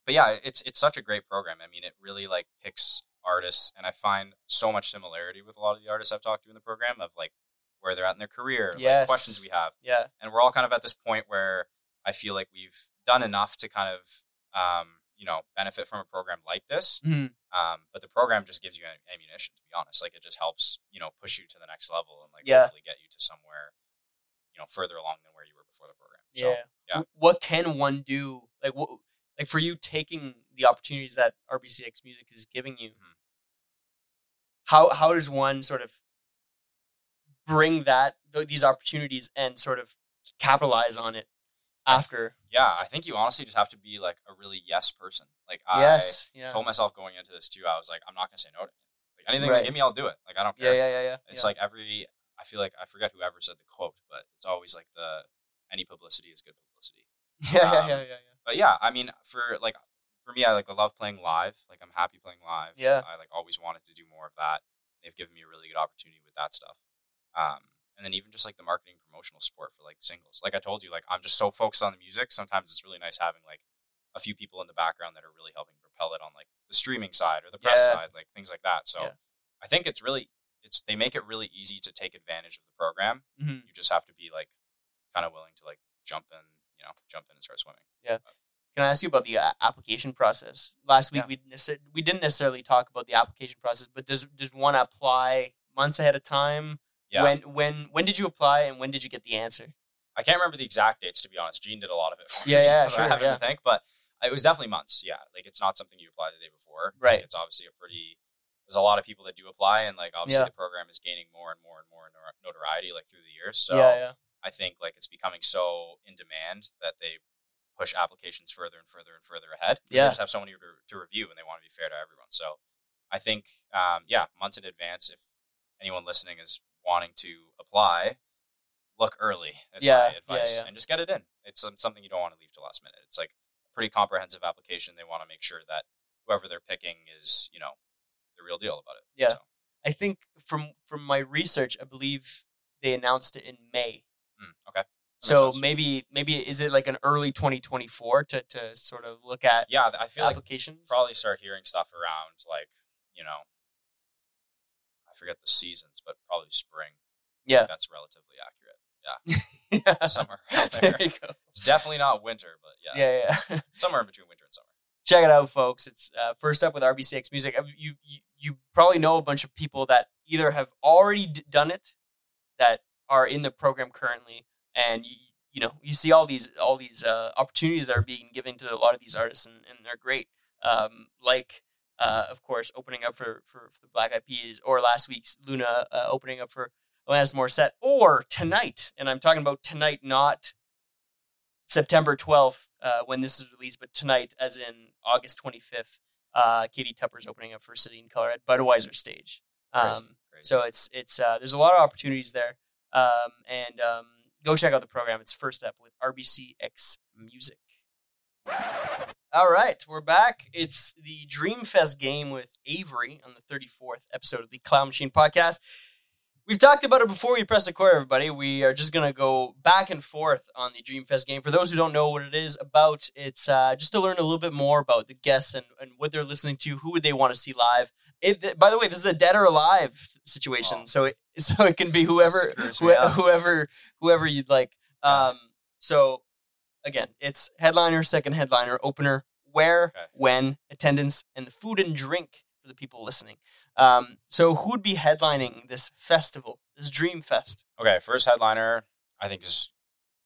Speaker 1: but yeah, it's it's such a great program. I mean, it really like picks artists, and I find so much similarity with a lot of the artists I've talked to in the program of like where they're at in their career,
Speaker 2: Yes.
Speaker 1: like questions we have,
Speaker 2: yeah.
Speaker 1: and we're all kind of at this point where I feel like we've done enough to kind of um, you know benefit from a program like this.
Speaker 2: Mhm.
Speaker 1: Um, but the program just gives you am- ammunition, to be honest. Like it just helps you know push you to the next level and like
Speaker 2: Yeah.
Speaker 1: hopefully get you to somewhere you know further along than where you were before the program. So, yeah.
Speaker 2: Wh- What can one do? Like what like for you taking the opportunities that RBCX Music is giving you.
Speaker 1: Mhm.
Speaker 2: How how does one sort of bring that th- these opportunities and sort of capitalize on it after?
Speaker 1: yeah, I think you honestly just have to be like a really yes person. Like I
Speaker 2: yes. Yeah.
Speaker 1: told myself going into this too, I was like, I'm not gonna say no to it. Like anything
Speaker 2: Right.
Speaker 1: they give me, I'll do it. Like I don't
Speaker 2: yeah,
Speaker 1: care.
Speaker 2: yeah, yeah, yeah.
Speaker 1: It's like every I feel like I forget whoever said the quote, but it's always like the any publicity is good publicity.
Speaker 2: yeah, yeah,
Speaker 1: um,
Speaker 2: yeah, yeah, yeah.
Speaker 1: But yeah, I mean for like for me I like I love playing live. Like I'm happy playing live.
Speaker 2: Yeah.
Speaker 1: I like always wanted to do more of that. They've given me a really good opportunity with that stuff. Um and then even just like the marketing promotional support for like singles. Like I told you, like I'm just so focused on the music. Sometimes it's really nice having like a few people in the background that are really helping propel it on like the streaming side or the press
Speaker 2: Yeah.
Speaker 1: side, like things like that. So
Speaker 2: Yeah.
Speaker 1: I think it's really it's they make it really easy to take advantage of the program.
Speaker 2: Mhm.
Speaker 1: You just have to be like kind of willing to like jump in, you know, jump in and start swimming.
Speaker 2: Can I ask you about the uh, application process? Last week
Speaker 1: Yeah.
Speaker 2: we necessar- we didn't necessarily talk about the application process, but does does one apply months ahead of time?
Speaker 1: Yeah.
Speaker 2: When when when did you apply and when did you get the answer?
Speaker 1: I can't remember the exact dates to be honest. Gene did a lot of it. For
Speaker 2: Yeah,
Speaker 1: me,
Speaker 2: yeah,
Speaker 1: so
Speaker 2: sure,
Speaker 1: I have
Speaker 2: yeah.
Speaker 1: to think, but uh, it was definitely months. Yeah, like it's not something you apply the day before. Like,
Speaker 2: Right.
Speaker 1: it's obviously a pretty. There's a lot of people that do apply, and like obviously
Speaker 2: Yeah.
Speaker 1: the program is gaining more and more and more nor- notoriety like through the years. So
Speaker 2: yeah, yeah.
Speaker 1: I think like it's becoming so in demand that they push applications further and further and further ahead. 'cause
Speaker 2: Yeah.
Speaker 1: They just have so many to, to review and they want to be fair to everyone. So I think, um, yeah, months in advance, if anyone listening is wanting to apply, look early. Is
Speaker 2: Yeah,
Speaker 1: my advice,
Speaker 2: yeah, yeah.
Speaker 1: and just get it in. It's um, something you don't want to leave to last minute. It's like a pretty comprehensive application. They want to make sure that whoever they're picking is, you know, the real deal about it.
Speaker 2: Yeah.
Speaker 1: So,
Speaker 2: I think from from my research, I believe they announced it in May.
Speaker 1: mm, okay. That makes
Speaker 2: So
Speaker 1: sense.
Speaker 2: maybe maybe is it like an early 2024 to to sort of look at
Speaker 1: yeah, I feel like
Speaker 2: applications?
Speaker 1: probably start hearing stuff around like you know, I forget the seasons, but probably spring.
Speaker 2: yeah.
Speaker 1: That's relatively accurate.
Speaker 2: yeah.
Speaker 1: Summer.
Speaker 2: there you go.
Speaker 1: It's definitely not winter, but yeah,
Speaker 2: Yeah, yeah.
Speaker 1: somewhere in between winter and summer.
Speaker 2: Check it out, folks. It's uh, first up with RBCX Music. Uh, You, you you probably know a bunch of people that either have already d- done it, that are in the program currently, and you, you know you see all these all these uh, opportunities that are being given to a lot of these artists, and, and they're great. Um, like uh, of course opening up for, for for the Black Eyed Peas, or last week's Luna uh, opening up for Alanis Morissette, or tonight, and I'm talking about tonight, not September 12th uh, when this is released, but tonight, as in August 25th, uh, Katie Tupper's opening up for City in Color at Budweiser Stage.
Speaker 1: Crazy,
Speaker 2: Um,
Speaker 1: crazy.
Speaker 2: so it's it's uh, there's a lot of opportunities there, um, and um, go check out the program. It's first up with RBCX Music. All right, we're back. It's the Dreamfest game with Avery on the 34th episode of the Clown Machine podcast. We've talked about it before we press record, everybody. We are just going to go back and forth on the Dreamfest game. For those who don't know what it is about, it's uh, just to learn a little bit more about the guests and, and what they're listening to, who would they want to see live. It, th- by the way, this is a dead or alive situation,
Speaker 1: Oh.
Speaker 2: so it so it can be whoever
Speaker 1: Screws me
Speaker 2: whoe-
Speaker 1: up.
Speaker 2: whoever whoever you'd like. Um, so again, it's headliner, second headliner, opener, where,
Speaker 1: Okay.
Speaker 2: when, attendance, and the food and drink for the people listening. Um, so who'd be headlining this festival, this Dream Fest?
Speaker 1: Okay, first headliner, I think is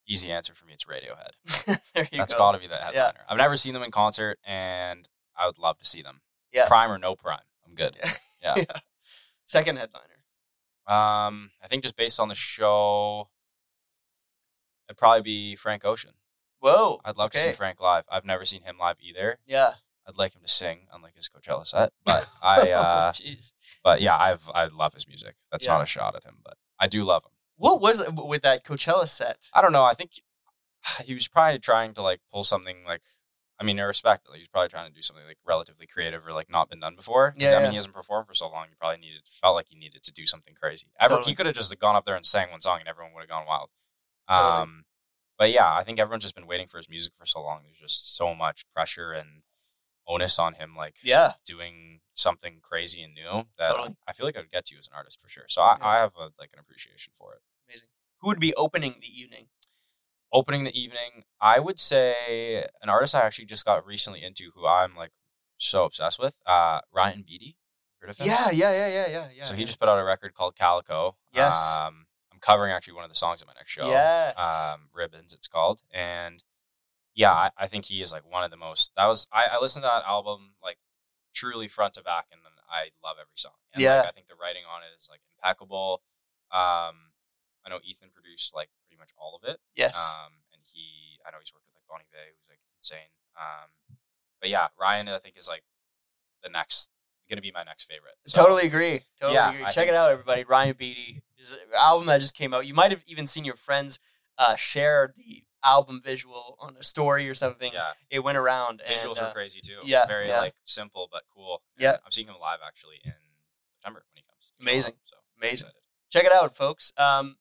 Speaker 1: easy answer for me. It's Radiohead.
Speaker 2: there you
Speaker 1: That's
Speaker 2: go.
Speaker 1: got to be the headliner. I've never seen them in concert, and I would love to see them.
Speaker 2: Yeah.
Speaker 1: Prime or no prime, I'm good.
Speaker 2: Second headliner.
Speaker 1: Um, I think just based on the show, it'd probably be Frank Ocean.
Speaker 2: Whoa.
Speaker 1: I'd love to
Speaker 2: Okay.
Speaker 1: see Frank live. I've never seen him live either.
Speaker 2: Yeah. Oh,
Speaker 1: I'd like him to sing, unlike his Coachella set. But I, uh,
Speaker 2: Jeez.
Speaker 1: but yeah, I've I love his music. That's
Speaker 2: Yeah.
Speaker 1: not a shot at him, but I do love him.
Speaker 2: What was it with that Coachella set?
Speaker 1: I don't know. I think he was probably trying to like pull something like. I mean, I respect. Like, he was probably trying to do something like relatively creative or like not been done before. 'Cause,
Speaker 2: Yeah,
Speaker 1: I mean,
Speaker 2: yeah.
Speaker 1: he hasn't performed for so long. He probably needed felt like he needed to do something crazy. Ever,
Speaker 2: Totally.
Speaker 1: he could have just gone up there and sang one song, and everyone would have gone wild. Um,
Speaker 2: Totally.
Speaker 1: but yeah, I think everyone's just been waiting for his music for so long. There's just so much pressure and onus on him, like
Speaker 2: Yeah.
Speaker 1: doing something crazy and new that
Speaker 2: Totally.
Speaker 1: I feel like I would get to as an artist for sure. So I,
Speaker 2: Yeah.
Speaker 1: I have a, like an appreciation for it.
Speaker 2: Who would be opening the evening?
Speaker 1: opening the evening, I would say an artist I actually just got recently into who I'm like so obsessed with, uh, Ryan Beatty. Heard of him?
Speaker 2: yeah, yeah, yeah, yeah, yeah.
Speaker 1: so he just put out a record called Calico.
Speaker 2: Yes.
Speaker 1: Um, I'm covering actually one of the songs at my next show.
Speaker 2: Yes.
Speaker 1: Um, Ribbons, it's called. And yeah, I, I think he is like one of the most. That was I, I listened to that album like truly front to back, and I love every song. And,
Speaker 2: Yeah.
Speaker 1: like, I think the writing on it is like impeccable. Um, I know Ethan produced like pretty much all of it.
Speaker 2: yes.
Speaker 1: Um, and he, I know he's worked with like Bonnie Vey, who's like insane. Um, but yeah, Ryan, I think is like the next, gonna be my next favorite. So,
Speaker 2: totally agree. Totally
Speaker 1: Yeah,
Speaker 2: agree.
Speaker 1: I
Speaker 2: Check
Speaker 1: think-
Speaker 2: it out, everybody. Ryan Beatty is an album that just came out. You might have even seen your friends uh, share the album visual on a story or something.
Speaker 1: Yeah,
Speaker 2: It went around. And,
Speaker 1: visuals
Speaker 2: uh,
Speaker 1: are crazy too.
Speaker 2: yeah,
Speaker 1: very
Speaker 2: yeah.
Speaker 1: like simple but cool. And
Speaker 2: Yeah.
Speaker 1: I'm seeing him live actually in September when he comes. to
Speaker 2: Amazing.
Speaker 1: Toronto, so
Speaker 2: Amazing.
Speaker 1: excited.
Speaker 2: Check it out, folks. Um,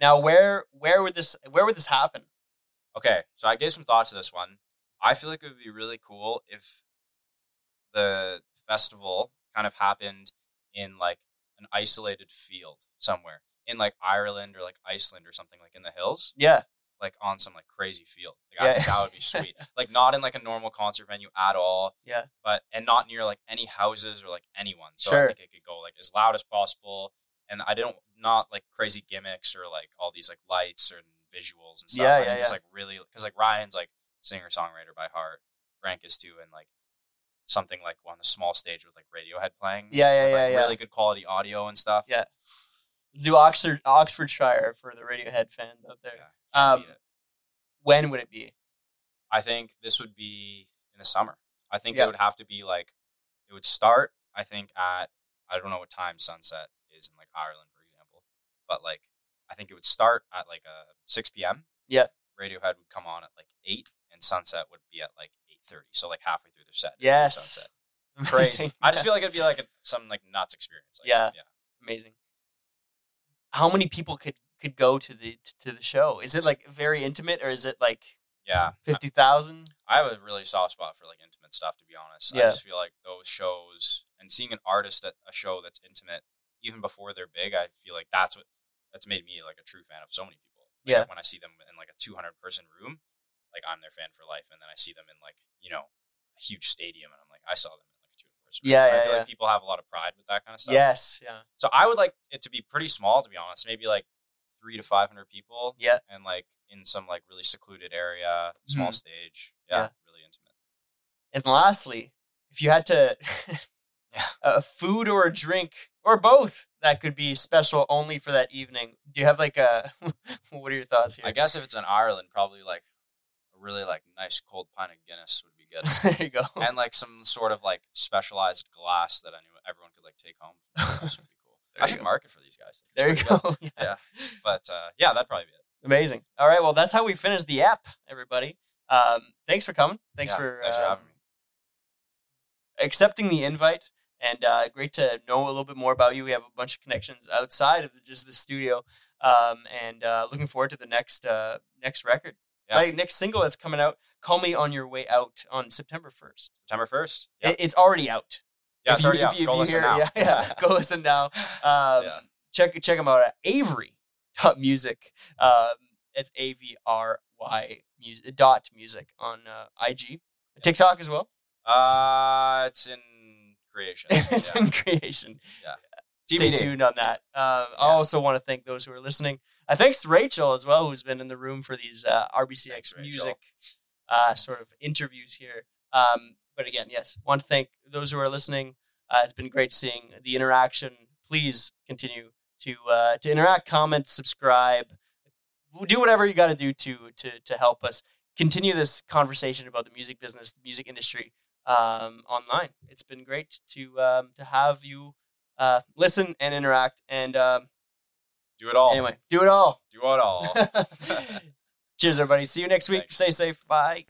Speaker 2: now, where where would this where would this happen?
Speaker 1: Okay, so I gave some thought to this one. I feel like it would be really cool if the festival kind of happened in like an isolated field somewhere in like Ireland or like Iceland or something like in the hills,
Speaker 2: Yeah,
Speaker 1: like on some like crazy field. Like
Speaker 2: Yeah.
Speaker 1: I think that would be sweet. like not in like a normal concert venue at all.
Speaker 2: Yeah.
Speaker 1: But and not near like any houses or like anyone. So
Speaker 2: Sure.
Speaker 1: I think it could go like as loud as possible. And I don't not like crazy gimmicks or like all these like lights or visuals and stuff.
Speaker 2: Yeah,
Speaker 1: I think
Speaker 2: yeah,
Speaker 1: just
Speaker 2: yeah.
Speaker 1: like really because like Ryan's like singer songwriter by heart. Frank is too, and like something like on a small stage with like Radiohead playing.
Speaker 2: yeah,
Speaker 1: with,
Speaker 2: yeah, yeah,
Speaker 1: Mm, like,
Speaker 2: yeah.
Speaker 1: Really good quality audio and stuff.
Speaker 2: Yeah. Let's do Oxford Oxfordshire for the Radiohead fans out there.
Speaker 1: Yeah,
Speaker 2: um,
Speaker 1: Beat it.
Speaker 2: when would it be?
Speaker 1: I think this would be in the summer. I think
Speaker 2: Yeah.
Speaker 1: it would have to be like it would start. I think at I don't know what time sunset is in like Ireland, for example, but like I think it would start at like uh, 6 p.m.
Speaker 2: Yeah.
Speaker 1: Radiohead would come on at like 8, and Sunset would be at like 8.30. So like halfway through their set. it'd be
Speaker 2: Yes.
Speaker 1: Sunset.
Speaker 2: Amazing.
Speaker 1: Crazy. I just feel like it'd be like a, some like nuts experience. Like,
Speaker 2: Yeah.
Speaker 1: Yeah.
Speaker 2: amazing. How many people could could go to the to the show? Is it like very intimate, or is it like
Speaker 1: Yeah.
Speaker 2: fifty thousand?
Speaker 1: I have a really soft spot for like intimate stuff, to be honest.
Speaker 2: Yeah.
Speaker 1: I just feel like those shows and seeing an artist at a show that's intimate, even before they're big, I feel like that's what that's made me like a true fan of so many people. Like,
Speaker 2: Yeah.
Speaker 1: When I see them in like a 200 person room, like I'm their fan for life. And then I see them in like, you know, a huge stadium and I'm like, I saw them in like a 200 person room.
Speaker 2: Yeah,
Speaker 1: And I
Speaker 2: yeah,
Speaker 1: feel
Speaker 2: yeah.
Speaker 1: like people have a lot of pride with that kind of stuff.
Speaker 2: Yes. Yeah.
Speaker 1: So I would like it to be pretty small, to be honest. Maybe like three to 500 people
Speaker 2: Yeah.
Speaker 1: and like in some like really secluded area, small
Speaker 2: Mhm.
Speaker 1: stage. Yeah,
Speaker 2: Yeah.
Speaker 1: Really intimate.
Speaker 2: And lastly, if you had to,
Speaker 1: Yeah.
Speaker 2: a food or a drink or both that could be special only for that evening. Do you have like a? what are your thoughts here?
Speaker 1: I guess if it's in Ireland, probably like a really like nice cold pint of Guinness would be good,
Speaker 2: there you go.
Speaker 1: and like some sort of like specialized glass that I knew everyone could like take home. That would be cool.
Speaker 2: There
Speaker 1: I
Speaker 2: you
Speaker 1: should
Speaker 2: go.
Speaker 1: market for these guys. It's
Speaker 2: there you
Speaker 1: pretty
Speaker 2: go. Yeah.
Speaker 1: Yeah. good. But uh, yeah, that'd probably be it.
Speaker 2: Amazing. All right. Well, that's how we finished the app, everybody. Um, thanks for coming. Thanks
Speaker 1: Yeah,
Speaker 2: for
Speaker 1: thanks for
Speaker 2: um,
Speaker 1: having me.
Speaker 2: accepting the invite and uh, great to know a little bit more about you. We have a bunch of connections outside of just the studio, um, and uh, looking forward to the next uh, next record,
Speaker 1: Yeah.
Speaker 2: Like, next single that's coming out. Call me on your way out on September first.
Speaker 1: September first. Yeah,
Speaker 2: It's already out.
Speaker 1: yeah,
Speaker 2: If
Speaker 1: it's
Speaker 2: you-
Speaker 1: already
Speaker 2: if
Speaker 1: out.
Speaker 2: you- if
Speaker 1: Go
Speaker 2: you
Speaker 1: listen
Speaker 2: hear-
Speaker 1: now.
Speaker 2: Yeah, yeah. Go listen now. Um,
Speaker 1: Yeah.
Speaker 2: Check check them out at Avery dot music. Um, it's A V R Y music dot music on uh, IG, TikTok as well.
Speaker 1: Uh, it's in creation.
Speaker 2: it's
Speaker 1: yeah.
Speaker 2: in creation.
Speaker 1: Yeah.
Speaker 2: Stay
Speaker 1: TBD.
Speaker 2: tuned on that. Um, I also want to thank those who are listening. I thanks Rachel as well, who's been in the room for these uh, RBCX
Speaker 1: Thanks, Rachel.
Speaker 2: music uh, sort of interviews here. Um, but again, yes, want to thank those who are listening. Uh, it's been great seeing the interaction. Please continue to uh, to interact, comment, subscribe, do whatever you got to do to to to help us continue this conversation about the music business, the music industry um, online. It's been great to um, to have you uh, listen and interact. And um,
Speaker 1: Do it all.
Speaker 2: anyway, do it all.
Speaker 1: Do it all.
Speaker 2: Cheers, everybody. See you next week.
Speaker 1: Thanks.
Speaker 2: Stay safe. Bye.